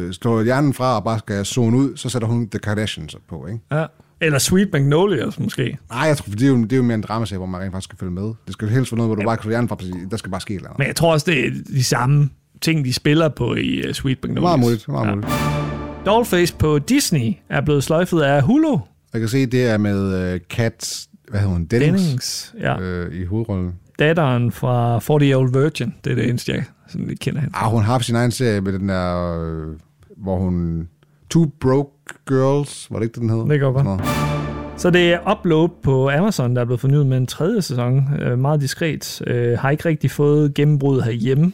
Speaker 2: det, slå hjernen fra og bare skal zone ud, så sætter hun The Kardashians på, ikke?
Speaker 1: Ja. Eller Sweet Magnolias måske.
Speaker 2: Nej, jeg tror, for det er jo, det er jo mere en dramaserie, hvor man rent faktisk skal følge med. Det skal jo helst være noget, hvor du bare kan slå hjernen fra, og sige, der skal bare ske et eller andet.
Speaker 1: Men jeg tror også, det er de samme ting, de spiller på i uh, Sweet Magnolias.
Speaker 2: Meget muligt, meget muligt.
Speaker 1: Dollface på Disney er blevet sløjfet af Hulu.
Speaker 2: Jeg kan se, det er med uh, Kat, hvad hedder hun, Dennings,
Speaker 1: Dennings. Ja.
Speaker 2: Øh, i hovedrollen.
Speaker 1: Datteren fra 40 Year Old Virgin. Det er det eneste, jeg sådan lidt kender hende.
Speaker 2: Ah, hun har haft sin egen serie med den der, øh, hvor hun... Two Broke Girls, var det ikke det, den hed?
Speaker 1: Det kan godt være.
Speaker 2: Sådan noget.
Speaker 1: Så det er Upload på Amazon, der er blevet fornyet med en tredje sæson. Øh, meget diskret. Øh, har ikke rigtig fået gennembrud herhjemme.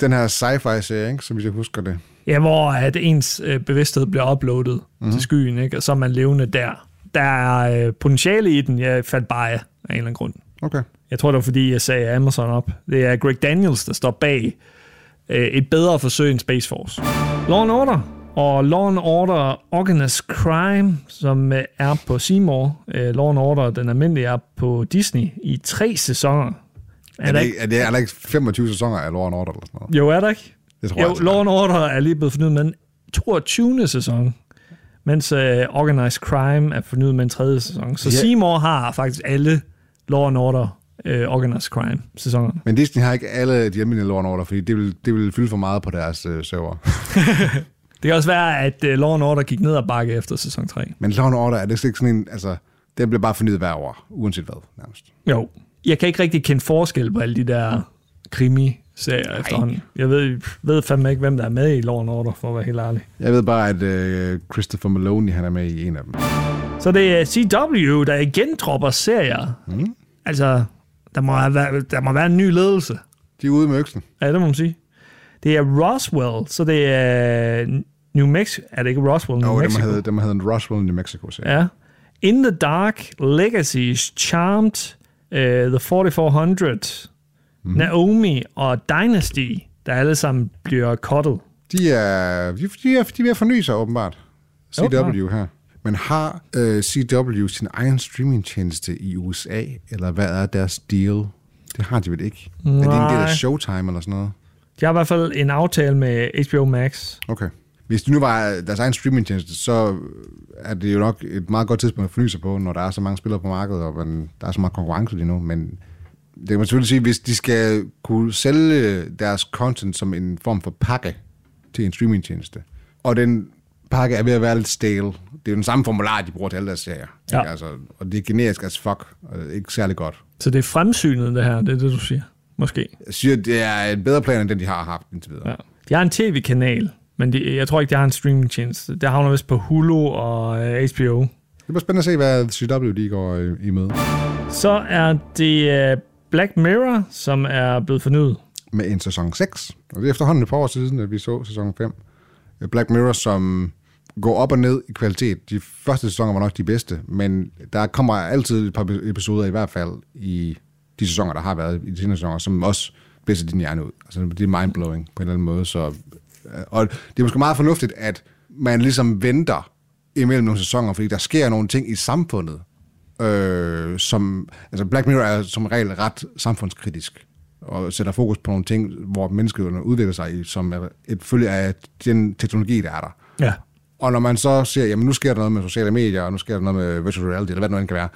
Speaker 2: Den her sci-fi-serie, ikke, som jeg husker det.
Speaker 1: Ja, hvor at ens øh, bevidsthed bliver uploadet
Speaker 2: Mhm.
Speaker 1: mm-hmm. til skyen, ikke? og så er man levende der. Der er øh, potentiale i den. Jeg faldt bare af, af en eller anden grund.
Speaker 2: Okay.
Speaker 1: Jeg tror, det var, fordi jeg sagde Amazon op. Det er Greg Daniels, der står bag øh, et bedre forsøg end Space Force. Law and Order og Law and Order Organized Crime, som øh, er på Seymour. Øh, Law and Order, den almindelige, er på Disney i tre sæsoner.
Speaker 2: Er, der ikke, er, det, er der ikke 25 sæsoner af Law and Order eller sådan noget?
Speaker 1: Jo, er der ikke?
Speaker 2: Det tror
Speaker 1: Jo,
Speaker 2: jeg altså.
Speaker 1: Law and Order er lige blevet fornyet med en 22. sæson, mens uh, Organized Crime er fornyet med en tredje sæson. Så
Speaker 2: Ja.
Speaker 1: Seymour har faktisk alle Law and Order uh, Organized Crime sæsonerne.
Speaker 2: Men Disney har ikke alle de almindelige Law and Order, fordi det vil, det vil fylde for meget på deres øh, server.
Speaker 1: Det kan også være, at uh, Law and Order gik ned ad bakke efter sæson 3.
Speaker 2: Men Law and Order, er det slet ikke sådan en... Altså, den bliver bare fornyet hver år, uanset hvad, nærmest.
Speaker 1: Jo. Jeg kan ikke rigtig kende forskel på alle de der krimi-serier efterhånden. Jeg ved, ved fandme ikke, hvem der er med i Law and Order, for at være helt ærlig.
Speaker 2: Jeg ved bare, at øh, Christopher Maloney, han er med i en af dem.
Speaker 1: Så det er CW, der igen dropper serier. Mm. Altså, der må, have været, der må være en ny ledelse.
Speaker 2: De er ude med øksen.
Speaker 1: Ja, det må man sige. Det er Roswell, så det er New Mexico. Er det ikke Roswell, New
Speaker 2: Jo, dem
Speaker 1: Mexico?
Speaker 2: havde, dem havde en Roswell, New Mexico-serie.
Speaker 1: Ja. In the Dark, Legacies, Charmed, uh, The 4400, mm. Naomi og Dynasty, der alle sammen bliver kottet.
Speaker 2: De er, de, de, er, de er ved at forny sig, åbenbart. CW
Speaker 1: Jo, klart.
Speaker 2: her. Men har øh, CW sin egen streamingtjeneste i USA, eller hvad er deres deal? Det har de vel ikke? Er det en del af
Speaker 1: Nej.
Speaker 2: Showtime eller sådan noget?
Speaker 1: De har i hvert fald en aftale med HBO Max.
Speaker 2: Okay. Hvis det nu var øh, deres egen streamingtjeneste, så øh, er det jo nok et meget godt tidspunkt at forny sig på, når der er så mange spillere på markedet, og man, der er så meget konkurrence lige nu, men det kan man selvfølgelig sige, hvis de skal kunne sælge deres content som en form for pakke til en streamingtjeneste, og den pakke er ved at være lidt stale. Det er jo den samme formular, de bruger til alle deres serier.
Speaker 1: Ja.
Speaker 2: ikke? Altså, og det er generisk as fuck, og ikke særlig godt.
Speaker 1: Så det er fremsynet, det her. Det er det, du siger. Måske.
Speaker 2: Jeg siger, det er en bedre plan, end den, de har haft indtil videre.
Speaker 1: Ja. De har en tv-kanal, men de, jeg tror ikke, de har en streamingtjeneste. Det havner vist på Hulu og øh, HBO.
Speaker 2: Det bliver spændende at se, hvad CW de går øh, i med.
Speaker 1: Så er det øh, Black Mirror, som er blevet fornyet.
Speaker 2: med en sæson 6. Og det er efterhånden et par år siden, at vi så sæson 5. Black Mirror, som går op og ned i kvalitet. De første sæsoner var nok de bedste, men der kommer altid et par episoder i hvert fald i de sæsoner, der har været i de senere sæsoner, som også blæser din hjerne ud. Altså, det er mindblowing på en eller anden måde. Så, øh, og det er måske meget fornuftigt, at man ligesom venter imellem nogle sæsoner, fordi der sker nogle ting i samfundet, øh, som... Altså, Black Mirror er som regel ret samfundskritisk og sætter fokus på nogle ting, hvor mennesket udvikler sig i, som er et følge af den teknologi, der er der.
Speaker 1: Ja.
Speaker 2: Og når man så ser, jamen nu sker der noget med sociale medier, og nu sker der noget med virtual reality, eller hvad det nu end kan være,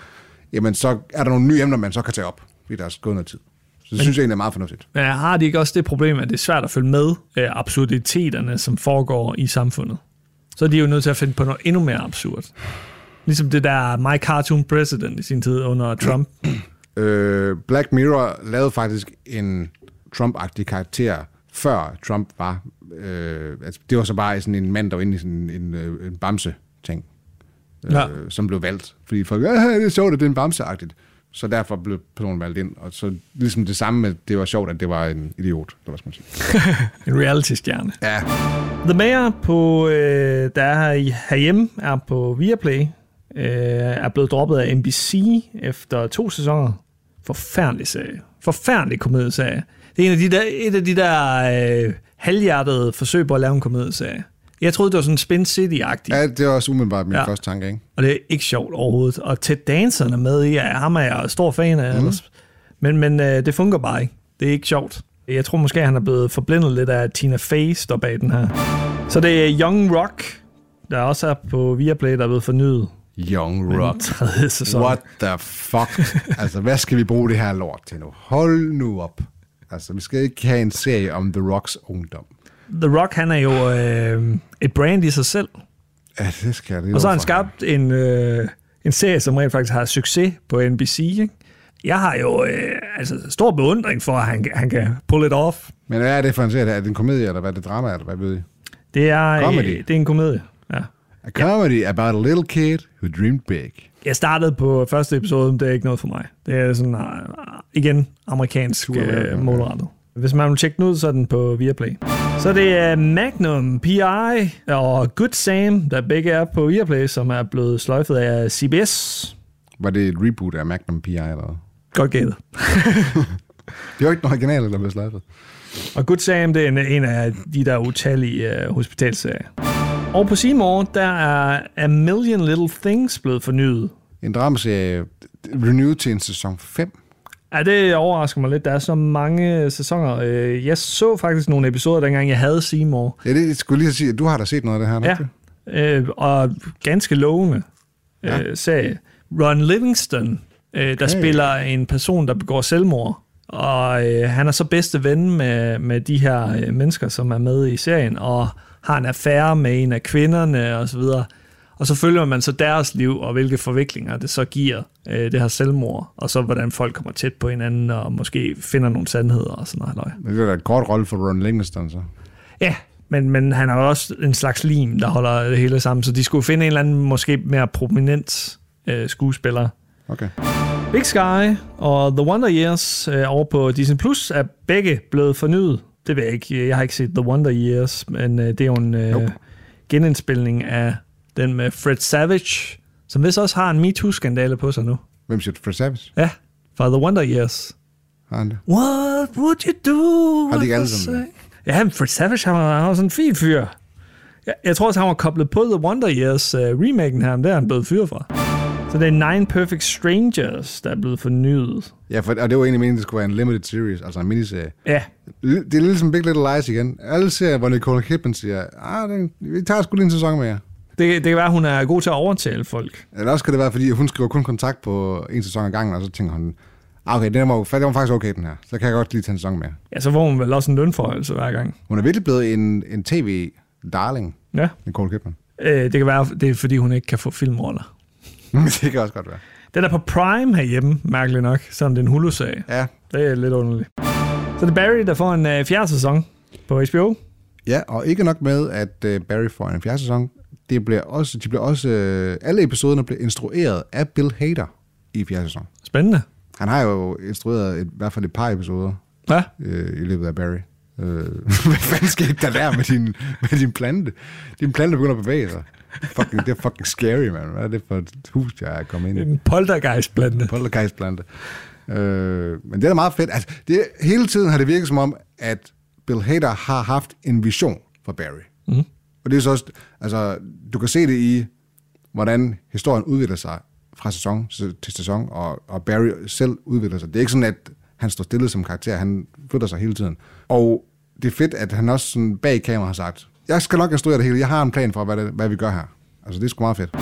Speaker 2: jamen så er der nogle nye emner, man så kan tage op, fordi der er gået noget tid. Så det synes jeg egentlig er meget fornuftigt.
Speaker 1: Men har de ikke også det problem, at det er svært at følge med øh, absurditeterne, som foregår i samfundet? Så er de jo nødt til at finde på noget endnu mere absurd. Ligesom det der My Cartoon President i sin tid under Trump.
Speaker 2: Øh, Black Mirror lavede faktisk en Trump-agtig karakter, før Trump var... Øh, altså, det var så bare sådan en mand, der var inde i sådan en, øh, en bamse-ting. øh,
Speaker 1: Ja.
Speaker 2: ja. som blev valgt. Fordi folk, ja, det er sjovt, at det er en bamseagtigt. Så derfor blev personen valgt ind. Og så ligesom det samme med, at det var sjovt, at det var en idiot. Eller hvad skal man sige.
Speaker 1: En reality-stjerne.
Speaker 2: Ja,
Speaker 1: The Mayor, på, øh, der er her i- herhjemme, er på Viaplay, øh, er blevet droppet af NBC efter to sæsoner. Forfærdelig serie. Forfærdelig komedieserie. Det er en af de der, et af de der øh, halvhjertede forsøg på at lave en komedieserie. Jeg troede, det var sådan Spin City-agtigt.
Speaker 2: Ja, det var også umiddelbart min
Speaker 1: Ja.
Speaker 2: ja. første tanke, ikke?
Speaker 1: Og det er ikke sjovt overhovedet. Og Ted Danson er med i, ja, ham er jeg stor fan
Speaker 2: Mhm.
Speaker 1: af. Mm. Men, men øh, det fungerer bare ikke. Det er ikke sjovt. Jeg tror måske, han er blevet forblændet lidt af at Tina Fey, står bag den her. Så det er Young Rock, der også er på Viaplay, der er blevet fornyet.
Speaker 2: Young Rock.
Speaker 1: Tredje sæson.
Speaker 2: What the fuck? altså, hvad skal vi bruge det her lort til nu? Hold nu op. Altså, vi skal ikke have en serie om The Rocks ungdom.
Speaker 1: The Rock, han er jo øh, et brand i sig selv.
Speaker 2: Ja, det skal jeg, det.
Speaker 1: Og så har han
Speaker 2: love for.
Speaker 1: skabt en, øh, en serie, som rent faktisk har succes på NBC. Ikke? Jeg har jo øh, altså, stor beundring for, at han, han kan pull it off.
Speaker 2: Men hvad er det for en serie? Er det en komedie, eller hvad er det drama, eller hvad ved I?
Speaker 1: Det er, øh,
Speaker 2: Comedy.
Speaker 1: det er en komedie. Ja.
Speaker 2: A comedy about a little kid who dreamed big.
Speaker 1: Jeg startede på første episode, men det er ikke noget for mig. Det er sådan, uh, igen, amerikansk
Speaker 2: Super
Speaker 1: uh,
Speaker 2: American,
Speaker 1: målrettet. Hvis man vil tjekke den ud, så er den på Viaplay. Så det er Magnum, P.I. og Good Sam, der begge er på Viaplay, som er blevet sløjfet af CBS.
Speaker 2: Var det et reboot af Magnum P.I. eller hvad?
Speaker 1: Godt gættet.
Speaker 2: Det var ikke den originale, der blev slappet.
Speaker 1: Og Good Sam, det er en, en af de der utallige uh, hospitalserier. Og på Seymour, der er A Million Little Things blevet fornyet.
Speaker 2: En dramaserie renewed til en sæson 5.
Speaker 1: Ja, det overrasker mig lidt. Der er så mange sæsoner. Øh, Jeg så faktisk nogle episoder, dengang jeg havde Seymour.
Speaker 2: Ja, det jeg skulle lige sige, at du har da set noget af det her,
Speaker 1: Ja,
Speaker 2: ikke?
Speaker 1: øh, og ganske lovende øh, serie. Ron Livingston, øh, der spiller en person, der begår selvmord. Og øh, han er så bedste ven med, med de her øh, mennesker, som er med i serien, og har en affære med en af kvinderne osv. Og så følger man så deres liv, og hvilke forviklinger det så giver, øh, det her selvmord, og så hvordan folk kommer tæt på hinanden, og måske finder nogle sandheder og sådan noget. halløj.
Speaker 2: Men Det er da et kort rolle for Ron Livingston, så.
Speaker 1: Ja, men, men han er jo også en slags lim, der holder det hele sammen, så de skulle finde en eller anden måske mere prominent øh, skuespiller.
Speaker 2: Okay.
Speaker 1: Big Sky og The Wonder Years øh, over på Disney Plus er begge blevet fornyet. Det ved jeg ikke. Jeg har ikke set The Wonder Years, men øh, det er jo en øh,
Speaker 2: Nope.
Speaker 1: genindspilning af den med Fred Savage, som vist også har en MeToo-skandale på sig nu.
Speaker 2: Hvem siger det? Fred Savage?
Speaker 1: Ja, fra The Wonder Years.
Speaker 2: Har han det?
Speaker 1: What would you do?
Speaker 2: Har de ikke
Speaker 1: with
Speaker 2: alle
Speaker 1: the
Speaker 2: sammen det?
Speaker 1: sa- Ja, men Fred Savage, han var, han var sådan en fin fyr. Jeg, jeg tror også, han var koblet på The Wonder Years uh, remaken her, men der er han blevet fyret fra. Så det er Nine Perfect Strangers, der er blevet fornyet.
Speaker 2: Ja, for, og det var egentlig meningen, det skulle være en limited series, altså en miniserie.
Speaker 1: Ja,
Speaker 2: Det er lidt som Big Little Lies igen. Alle serier, hvor Nicole Kidman siger, ah, den, vi tager sgu lige en sæson mere.
Speaker 1: det, det kan være, hun er god til at overtale folk.
Speaker 2: Eller også kan det være, fordi hun skriver kun kontrakt på en sæson ad gangen, og så tænker hun, ah, okay, den var, jo- den var faktisk okay, den her. Så kan jeg godt lige tage en sæson mere.
Speaker 1: Ja, så får hun vel også en lønforhøjelse hver gang.
Speaker 2: Hun er virkelig blevet en, en tv-darling,
Speaker 1: Ja,
Speaker 2: Nicole Kidman.
Speaker 1: øh, det kan være, det er fordi, hun ikke kan få filmroller.
Speaker 2: det kan også godt være.
Speaker 1: Den er på Prime herhjemme, mærkeligt nok, selvom det er en Hulu-sag.
Speaker 2: Ja,
Speaker 1: Det er lidt underligt. Så det er Barry, der får en øh, fjerde sæson på HBO.
Speaker 2: Ja, og ikke nok med, at øh, Barry får en fjerde sæson. Det bliver også, de bliver også, øh, alle episoderne bliver instrueret af Bill Hader i fjerde sæson.
Speaker 1: Spændende.
Speaker 2: Han har jo instrueret et, i hvert fald et par episoder
Speaker 1: Ja.
Speaker 2: øh, i løbet af Barry. Øh, hvad fanden skete der der med din, med din plante? Din plante begynder at bevæge sig. Fucking, det er fucking scary, man. Hvad er det for et hus, jeg er kommet ind i?
Speaker 1: En poltergeist blandt det.
Speaker 2: Poltergeistplante. Øh, men det er da meget fedt. Altså, det, hele tiden har det virket som om, at Bill Hader har haft en vision for Barry. Mm. Og det er så også, altså, du kan se det i, hvordan historien udvikler sig fra sæson til sæson, og, og Barry selv udvikler sig. Det er ikke sådan, at han står stille som karakter, han flytter sig hele tiden. Og det er fedt, at han også sådan bag kamera har sagt, jeg skal nok instruere det hele, jeg har en plan for, hvad, det, hvad vi gør her. Altså, det er sgu meget fedt.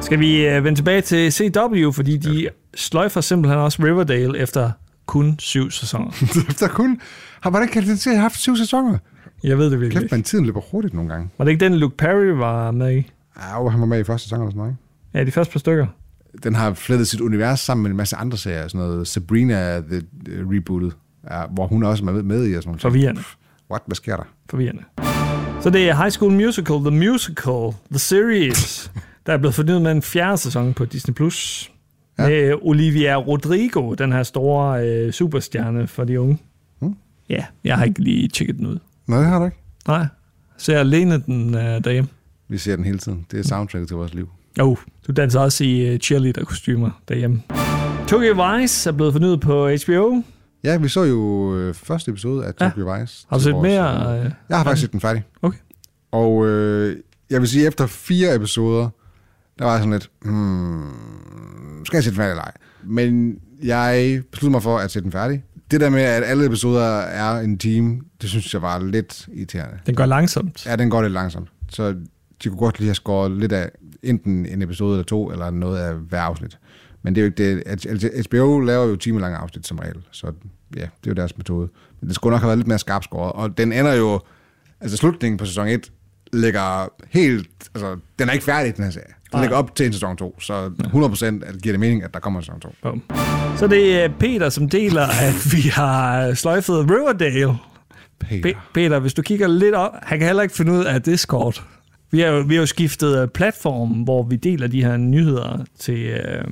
Speaker 1: Skal vi øh, vende tilbage til CW, fordi de sløjfer simpelthen også Riverdale efter kun syv sæsoner.
Speaker 2: Efter kun, har, hvordan kan det til at have haft syv sæsoner?
Speaker 1: Jeg ved det virkelig
Speaker 2: Kæft,
Speaker 1: ikke.
Speaker 2: man, tiden løber hurtigt nogle gange.
Speaker 1: Var det ikke den, Luke Perry var med i?
Speaker 2: Au, han var med i første sæson eller sådan noget, ikke?
Speaker 1: Ja, de første par stykker.
Speaker 2: Den har flettet sit univers sammen med en masse andre serier, sådan noget Sabrina The øh, Rebooted, ja, hvor hun også er med, med i og sådan noget.
Speaker 1: Forvirrende.
Speaker 2: What? Hvad sker der?
Speaker 1: Forvirrende. Så det er High School Musical, The Musical, The Series, der er blevet fornyet med en fjerde sæson på Disney+. Plus. Ja.
Speaker 2: Ja.
Speaker 1: Med Olivia Rodrigo, den her store øh, superstjerne for de unge.
Speaker 2: Hmm.
Speaker 1: Ja, jeg har ikke lige tjekket den ud.
Speaker 2: Nej, det har du ikke.
Speaker 1: Nej, så jeg alene den øh, derhjemme.
Speaker 2: Vi ser den hele tiden. Det er soundtracket til vores liv.
Speaker 1: Jo, oh, du danser også i uh, cheerleader-kostymer derhjemme. Tokyo Vice er blevet fornyet på HBO.
Speaker 2: Ja, vi så jo øh, første episode af
Speaker 1: Ja.
Speaker 2: Tokyo Vice.
Speaker 1: Har du
Speaker 2: til
Speaker 1: set
Speaker 2: vores,
Speaker 1: mere?
Speaker 2: øh,
Speaker 1: øh,
Speaker 2: Jeg har faktisk set den færdig.
Speaker 1: Okay.
Speaker 2: Og øh, jeg vil sige, efter fire episoder, der var jeg sådan lidt, hmm, skal jeg sætte den færdig eller ej? Men jeg besluttede mig for at sætte den færdig. Det der med, at alle episoder er en time, det synes jeg var lidt irriterende.
Speaker 1: Den går langsomt.
Speaker 2: Ja, den går lidt langsomt. Så de kunne godt lige have skåret lidt af enten en episode eller to, eller noget af hver afsnit. Men det er jo ikke det. HBO laver jo timelange afsnit som regel, så ja, det er jo deres metode. Men det skulle nok have været lidt mere skarpt skåret. Og den ender jo, altså slutningen på sæson 1, ligger helt, altså den er ikke færdig, den her serie. Den
Speaker 1: Nej.
Speaker 2: ligger op til en sæson 2, så 100% at giver det mening, at der kommer en sæson 2.
Speaker 1: Bum. Så det er Peter, som deler, at vi har øh, sløjfet Riverdale.
Speaker 2: Peter.
Speaker 1: Pe- Peter, hvis du kigger lidt op, han kan heller ikke finde ud af Discord. Vi har jo, vi har jo skiftet øh, platform, hvor vi deler de her nyheder til øh,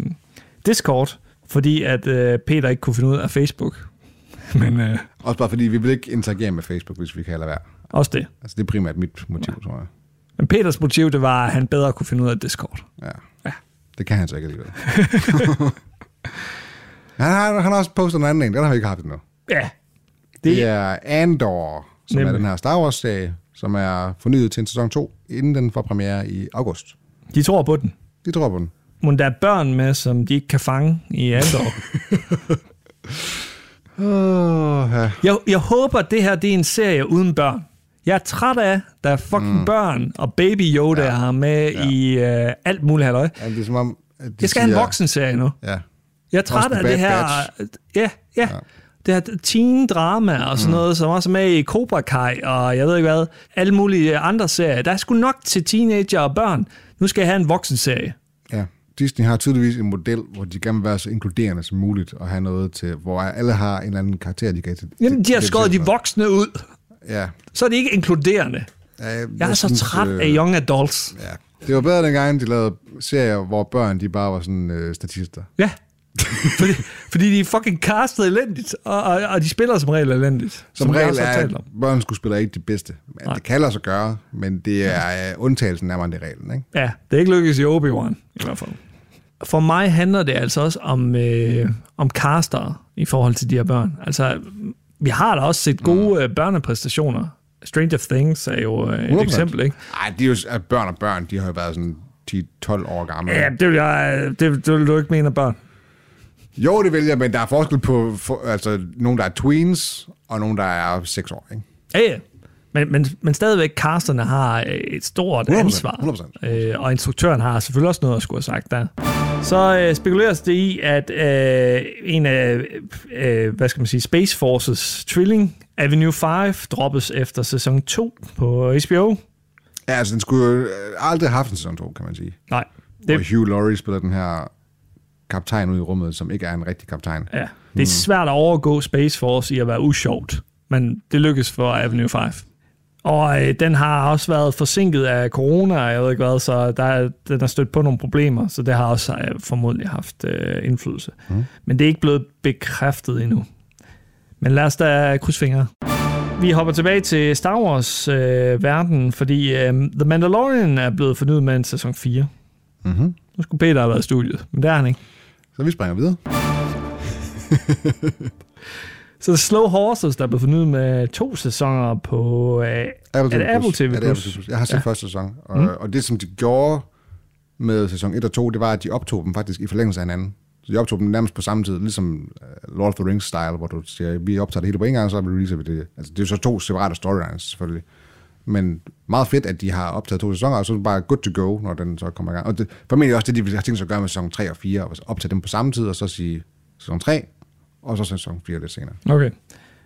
Speaker 1: Discord, fordi at øh, Peter ikke kunne finde ud af Facebook. Men øh,
Speaker 2: Også bare fordi, vi vil ikke interagere med Facebook, hvis vi kan lade være.
Speaker 1: også det.
Speaker 2: Altså det er primært mit motiv, tror jeg.
Speaker 1: Men Peters motiv, det var, at han bedre kunne finde ud af Discord.
Speaker 2: Ja. ja. Det kan han så ikke alligevel. han, har, han har også postet en anden en, den har vi ikke haft endnu.
Speaker 1: Ja,
Speaker 2: Det,
Speaker 1: Det-
Speaker 2: det er Andor, som
Speaker 1: Nemlig.
Speaker 2: Nemlig. er den her Star Wars-serie, som er fornyet til en sæson 2, inden den får premiere i august.
Speaker 1: de tror på den.
Speaker 2: De tror på den.
Speaker 1: Men der er børn med, som de ikke kan fange i Andor.
Speaker 2: Oh, ja.
Speaker 1: Jeg, jeg håber, det her det er en serie uden børn. Jeg er træt af, der er fucking mm. børn og baby Yoda ja. er med ja. i øh, alt muligt halløj.
Speaker 2: Jamen, det er som om... At de
Speaker 1: Jeg skal have en voksen serie nu.
Speaker 2: Ja.
Speaker 1: Jeg er træt
Speaker 2: Også
Speaker 1: af
Speaker 2: The
Speaker 1: det
Speaker 2: Bad
Speaker 1: her...
Speaker 2: Batch.
Speaker 1: Ja, ja. Det her teen-drama og sådan mm. noget, som også er med i Cobra Kai og jeg ved ikke hvad. Alle mulige andre serier. Der er sgu nok til teenager og børn. Nu skal jeg have en voksen serie.
Speaker 2: ja. Disney har tydeligvis en model, hvor de gerne vil være så inkluderende som muligt, og have noget til, hvor alle har en eller anden karakter, de kan...
Speaker 1: Jamen, de har skåret de voksne ud.
Speaker 2: Ja.
Speaker 1: Så er det ikke inkluderende.
Speaker 2: Ja, jeg,
Speaker 1: Jeg er så
Speaker 2: synes,
Speaker 1: træt
Speaker 2: øh,
Speaker 1: af young adults.
Speaker 2: Ja. Det var bedre dengang, de lavede serier, hvor børn de bare var sådan øh, statister.
Speaker 1: Ja. fordi, fordi de er fucking castet elendigt, og, og, og de spiller som regel elendigt.
Speaker 2: Som, som
Speaker 1: vi
Speaker 2: regel
Speaker 1: også har
Speaker 2: er
Speaker 1: talt om.
Speaker 2: børn skulle spille ikke de bedste. Men
Speaker 1: Nej.
Speaker 2: det kan lade sig gøre, men det er øh, undtagelsen nærmere end det er reglen. Ikke?
Speaker 1: Ja, det er ikke lykkedes i Obi-Wan, i hvert fald. For mig handler det altså også om, øh, om caster i forhold til de her børn. Altså, vi har da også set gode mm. børnepræstationer. Stranger Things er jo øh, et
Speaker 2: 100%.
Speaker 1: eksempel, ikke?
Speaker 2: Ej, de er jo s- at børn og børn, de har jo været sådan 10-12 år gamle.
Speaker 1: Ja, det vil, jeg, det, det vil du ikke mene af børn.
Speaker 2: Jo, det vælger, men der er forskel på for, altså, nogen, der er tweens, og nogen, der er 6 år. Ikke?
Speaker 1: Ja, ja. Men, men, men stadigvæk, casterne har øh, et stort
Speaker 2: 100%,
Speaker 1: ansvar.
Speaker 2: 100%.
Speaker 1: Øh, og instruktøren har selvfølgelig også noget at skulle have sagt der. Så øh, spekuleres det i, at øh, en af, øh, hvad skal man sige, Space Forces trilling, Avenue 5, droppes efter sæson 2 på HBO.
Speaker 2: Ja, altså, den skulle jo øh, aldrig have haft en sæson 2, kan man sige.
Speaker 1: Nej,
Speaker 2: Det...
Speaker 1: det,
Speaker 2: Hvor Hugh Laurie spiller den her kaptajn ud i rummet, som ikke er en rigtig kaptajn.
Speaker 1: ja, det er svært at overgå Space Force i at være usjovt, men det lykkes for Avenue 5. Og øh, den har også været forsinket af corona, og jeg ved ikke hvad, så der, er- den har stødt på nogle problemer, så det har også øh, formodentlig haft øh, indflydelse. Mm. Men det er ikke blevet bekræftet endnu. Men lad os da krydse fingre. Vi hopper tilbage til Star Wars-verden, fordi øh, The Mandalorian er blevet fornyet med en sæson 4. Mm-hmm. Nu skulle Peter have været i studiet, men det er han ikke.
Speaker 2: Mhm. Så vi springer videre.
Speaker 1: Så Slow Horses, der blev fornyet med to sæsoner på øh,
Speaker 2: Apple
Speaker 1: er det
Speaker 2: TV+.
Speaker 1: Apple TV+.
Speaker 2: Ja, det er Apple TV+. Jeg har set ja. første sæson, og, mm. og det som de gjorde med sæson 1 og 2, det var, at de optog dem faktisk i forlængelse af hinanden. Så de optog dem nærmest på samme tid, ligesom øh, Lord of the Rings-style, hvor du siger, vi optager det hele på en gang, og så releaser vi det. Altså, det er jo så to separate storylines, selvfølgelig. Men meget fedt, at de har optaget to sæsoner, og så er det bare good to go, når den så kommer i gang. Og det, formentlig også det, de vil have tænkt sig at gøre med sæson 3 og 4, og optage dem på samme tid, og så sige sæson 3, og så sæson 4 lidt senere.
Speaker 1: Okay.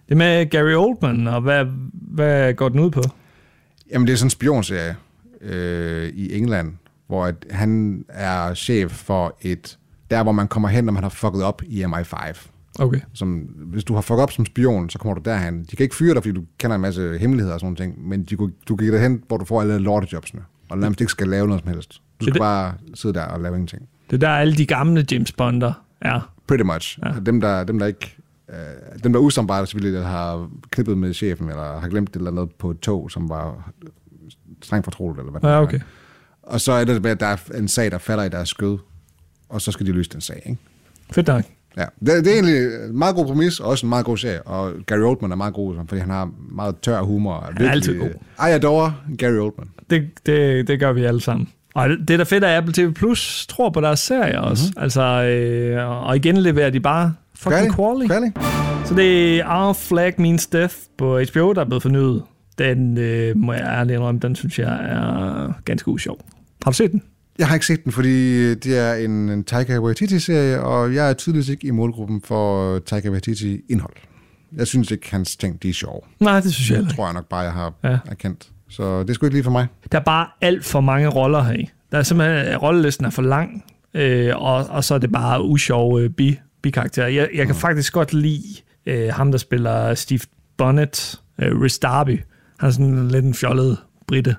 Speaker 1: Det er med Gary Oldman, og hvad, hvad går den ud på?
Speaker 2: Jamen, det er sådan en spionserie øh, i England, hvor at han er chef for et... Der, hvor man kommer hen, når man har fucket op i MI5.
Speaker 1: Okay.
Speaker 2: Som, hvis du har fucket op som spion, så kommer du derhen. De kan ikke fyre dig, fordi du kender en masse hemmeligheder og sådan nogle ting, men de, kunne- du kan derhen, hvor du får alle lortejobsene, og nærmest ikke skal lave noget som helst. Du skal
Speaker 1: det-
Speaker 2: bare sidde der og lave ingenting.
Speaker 1: Det er der alle de gamle James Bonder er.
Speaker 2: Pretty much. Ja. Dem, der, dem, der ikke... Øh, dem, der er usamarbejdet, selvfølgelig der har knippet med chefen, eller har glemt et eller andet på et tog, som var strengt fortroligt, eller hvad det
Speaker 1: Ja,
Speaker 2: var.
Speaker 1: okay.
Speaker 2: Og så er det med, at der er en sag, der falder i deres skød, og så skal de løse den sag, ikke?
Speaker 1: Fedt nok.
Speaker 2: Ja, det, det er egentlig en meget god præmis, og også en meget god serie. Og Gary Oldman er meget god, fordi han har meget tør humor. Han
Speaker 1: altid god.
Speaker 2: Ej, jeg adorer Gary Oldman.
Speaker 1: Det, det, det gør vi alle sammen. Og det er da fedt, at Apple TV Plus tror på deres serie også. Mm-hmm. Altså, øh, og igen leverer de bare fucking quality.
Speaker 2: Mhm. Færdig?
Speaker 1: Så det er Our Flag Means Death på HBO, der er blevet fornyet. Den, øh, må jeg ærligt indrømme, den synes jeg er ganske usjov. Har du set den?
Speaker 2: Jeg har ikke set den, fordi øh, det er en, en Taika Waititi-serie, og jeg er tydeligvis ikke i målgruppen for øh, Taika Waititi-indhold. Jeg synes ikke, hans ting de er sjove.
Speaker 1: Nej, det synes jeg heller
Speaker 2: Det
Speaker 1: ikke.
Speaker 2: tror jeg nok bare, jeg har
Speaker 1: Ja.
Speaker 2: ja. erkendt. Så det er sgu ikke lige for mig.
Speaker 1: Der er bare alt for mange roller her i. Der er simpelthen, rollelisten er for lang, øh, og, og så er det bare usjove øh, bi, bikarakterer. Jeg, jeg kan faktisk godt lide øh, ham, der spiller Steve Bonnet, øh, Rhys Darby. Han er sådan lidt en fjollet brite.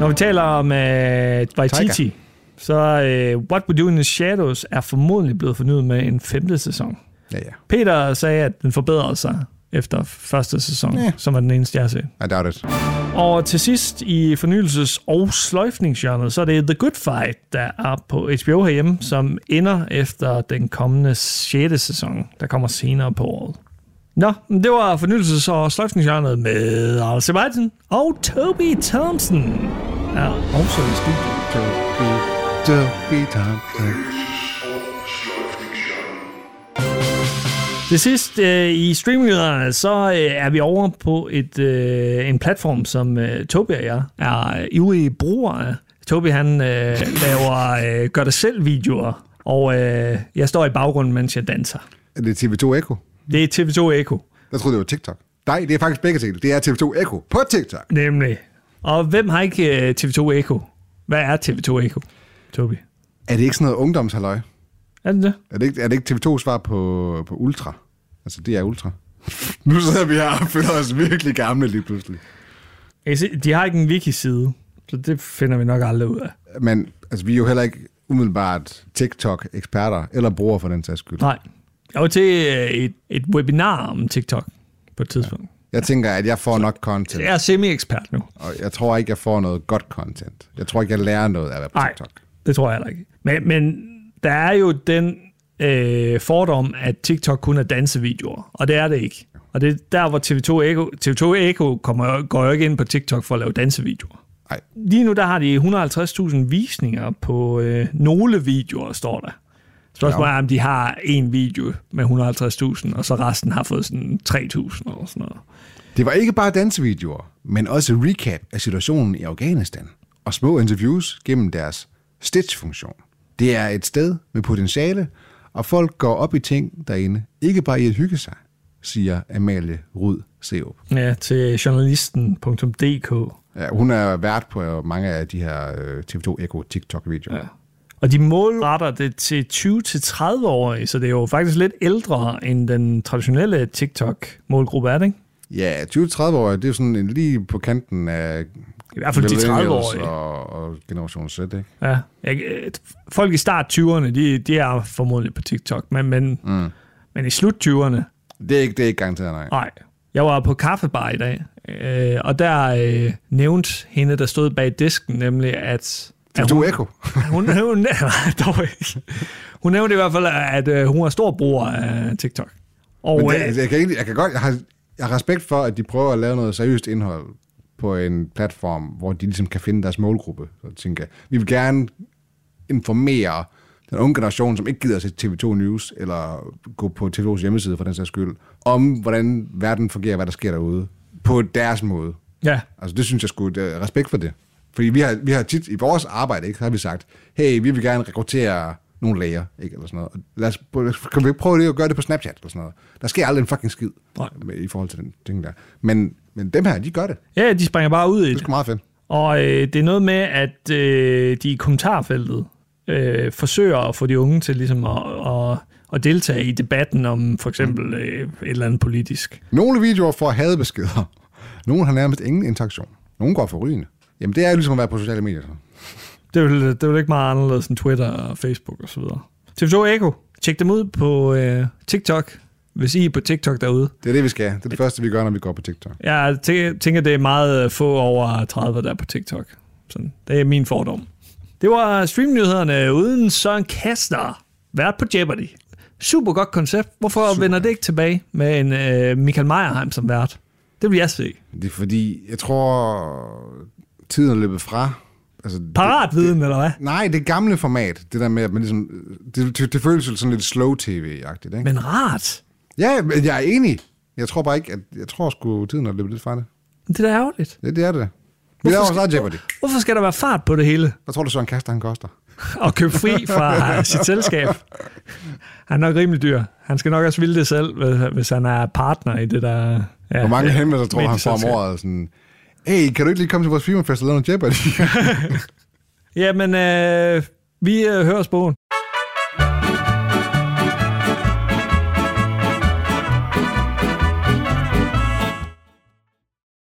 Speaker 1: Når vi taler om øh, Waititi, så øh, What We Do in the Shadows er formodentlig blevet fornyet med en femte sæson.
Speaker 2: Ja, ja.
Speaker 1: Peter sagde, at den forbedrede sig efter første sæson,
Speaker 2: Ja.
Speaker 1: som var den eneste, jeg har set.
Speaker 2: I doubt it.
Speaker 1: Og til sidst i fornyelses- og sløjfningsgenret, så er det The Good Fight, der er på HBO herhjemme, som ender efter den kommende 6. sæson, der kommer senere på året. Nå, men det var fornyelses- og sløjfningsgenret med Arne Sebastian og Toby Thompson. Ja, også i studiet.
Speaker 2: Dobby Thompson.
Speaker 1: Det sidste øh, i streamingerne, så øh, er vi over på et, øh, en platform, som øh, Tobi og jeg er øh, ivrige brugere af. Tobi han øh, laver øh, gør-det-selv-videoer, og øh, jeg står i baggrunden, mens jeg danser.
Speaker 2: Er det TV2 Echo?
Speaker 1: Det er TV2 Eko,
Speaker 2: Jeg troede, det var TikTok. Nej, det er faktisk begge ting. Det er TV2 Echo på TikTok.
Speaker 1: nemlig. Og hvem har ikke øh, TV2 Eko? Hvad er TV2 Eko, Tobi?
Speaker 2: Er det ikke sådan noget ungdomshalløj?
Speaker 1: Er det det?
Speaker 2: Er det ikke, er det ikke TV2 svar på, på Ultra? Altså, det er Ultra. nu sidder vi her og føler os virkelig gamle lige pludselig.
Speaker 1: Jeg kan se, de har ikke en wiki-side, så det finder vi nok aldrig ud af.
Speaker 2: Men altså, vi er jo heller ikke umiddelbart TikTok-eksperter, eller brugere for den sags skyld.
Speaker 1: Nej. Jeg var til øh, et, et webinar om TikTok på et tidspunkt. Ja.
Speaker 2: Jeg tænker, at jeg får nok content,
Speaker 1: Jeg er semi-ekspert nu.
Speaker 2: og jeg tror ikke, jeg får noget godt content. Jeg tror ikke, jeg lærer noget af at være på
Speaker 1: Nej,
Speaker 2: TikTok.
Speaker 1: det tror jeg heller ikke. Men, men der er jo den øh, fordom, at TikTok kun er dansevideoer, og det er det ikke. Og det er der, hvor TV2 Echo, TV2 Echo kommer, går jo ikke ind på TikTok for at lave dansevideoer.
Speaker 2: Nej.
Speaker 1: Lige nu der har de 150.000 visninger på øh, nogle videoer, står der. Spørgsmålet er, om de har en video med 150.000, og så resten har fået sådan 3.000 eller sådan noget.
Speaker 2: Det var ikke bare dansevideoer, men også recap af situationen i Afghanistan og små interviews gennem deres stitch-funktion. Det er et sted med potentiale, og folk går op i ting derinde, ikke bare i at hygge sig, siger Amalie Rud Seup.
Speaker 1: Ja, til journalisten.dk.
Speaker 2: Ja, hun er vært på mange af de her øh, TV2 Echo TikTok-videoer. Ja.
Speaker 1: Og de målretter det til 20-30-årige, så det er jo faktisk lidt ældre end den traditionelle TikTok-målgruppe, er det ikke?
Speaker 2: Ja, 20-30-årige, det er jo sådan en lige på kanten af...
Speaker 1: I hvert fald de
Speaker 2: millennials
Speaker 1: 30-årige.
Speaker 2: Og, og Generation Z, ikke?
Speaker 1: Ja. Jeg, øh, folk i start 20'erne, de, de er formodentlig på TikTok, men, men, mm. men i slut 20'erne,
Speaker 2: Det er ikke, det er ikke garanteret, nej.
Speaker 1: nej. Jeg var på kaffebar i dag, øh, og der øh, nævnte hende, der stod bag disken, nemlig at... at hun-
Speaker 2: TV2 Echo.
Speaker 1: hun, hun, nej, dog ikke. hun nævnte i hvert fald, at øh, hun er stor bruger af TikTok. Og,
Speaker 2: Men det,
Speaker 1: øh,
Speaker 2: altså, jeg, kan ikke, jeg kan godt, jeg har, jeg har respekt for, at de prøver at lave noget seriøst indhold på en platform, hvor de ligesom kan finde deres målgruppe. Så tænker jeg, vi vil gerne informere den unge generation, som ikke gider at se TV2 News, eller gå på TV2's hjemmeside for den sags skyld, om hvordan verden fungerer, hvad der sker derude, på deres måde.
Speaker 1: ja.
Speaker 2: Altså det synes jeg skulle, det er respekt for det. Fordi vi har, vi har tit i vores arbejde, ikke, så har vi sagt, hey, vi vil gerne rekruttere nogle læger, ikke, eller sådan noget. Og Lad os, lad os- kan vi ikke prøve det at gøre det på Snapchat, eller sådan noget. Der sker aldrig en fucking skid
Speaker 1: Nej.
Speaker 2: med, i forhold til den ting der. Men, men dem her, de gør det. Det
Speaker 1: Ja, de springer bare ud i
Speaker 2: er
Speaker 1: det.
Speaker 2: sgu meget fedt.
Speaker 1: Og øh, det er noget med, at øh, de i kommentarfeltet øh, forsøger at få de unge til ligesom at, at, at deltage i debatten om for eksempel øh, et eller andet politisk.
Speaker 2: Nogle videoer får hadbeskeder. Nogle har nærmest ingen interaktion. Nogle går for rygende. Jamen det er jo ligesom at være på sociale medier. Så.
Speaker 1: Det er jo, det er jo ikke meget anderledes end Twitter og Facebook osv. TV2 Echo, tjek dem ud på øh, TikTok, hvis I er på TikTok derude.
Speaker 2: Det er det, vi skal. Det er det første, vi gør, når vi går på TikTok.
Speaker 1: Jeg tæ- tænker, det er meget øh, få over 30, der er på TikTok. Sådan. Det er min fordom. Det var streamnyhederne uden Søren Kastner, vært på Jeopardy. Super godt koncept. Hvorfor Super. vender det ikke tilbage med en øh, Michael Meyerheim som vært? Det vil jeg se.
Speaker 2: Det er fordi, jeg tror, tiden er løbet fra. Altså,
Speaker 1: Parat viden, eller hvad?
Speaker 2: Nej, det gamle format, det der med, at man ligesom, det, det, det føles jo sådan lidt slow-tv-agtigt, ikke? Men,
Speaker 1: Men rart.
Speaker 2: ja, men jeg er enig. Jeg tror bare ikke, at jeg tror sgu, tiden er løbet lidt fra det.
Speaker 1: Det er da ærgerligt.
Speaker 2: Ja, det er det da. Vi laver også Jeopardy.
Speaker 1: Hvorfor skal der være fart på det hele?
Speaker 2: Hvad tror du, Søren Kaster, han koster?
Speaker 1: Og købe fri fra sit selskab. Han er nok rimelig dyr. Han skal nok også ville det selv, hvis- hvis han er partner i det der... Ja,
Speaker 2: Hvor mange henvendelser tror du, han får om
Speaker 1: medieselskab.
Speaker 2: året? Sådan, hey, kan du ikke lige komme til vores firmafest og lave noget Jeopardy?
Speaker 1: Jamen, øh, vi øh, hører spogen.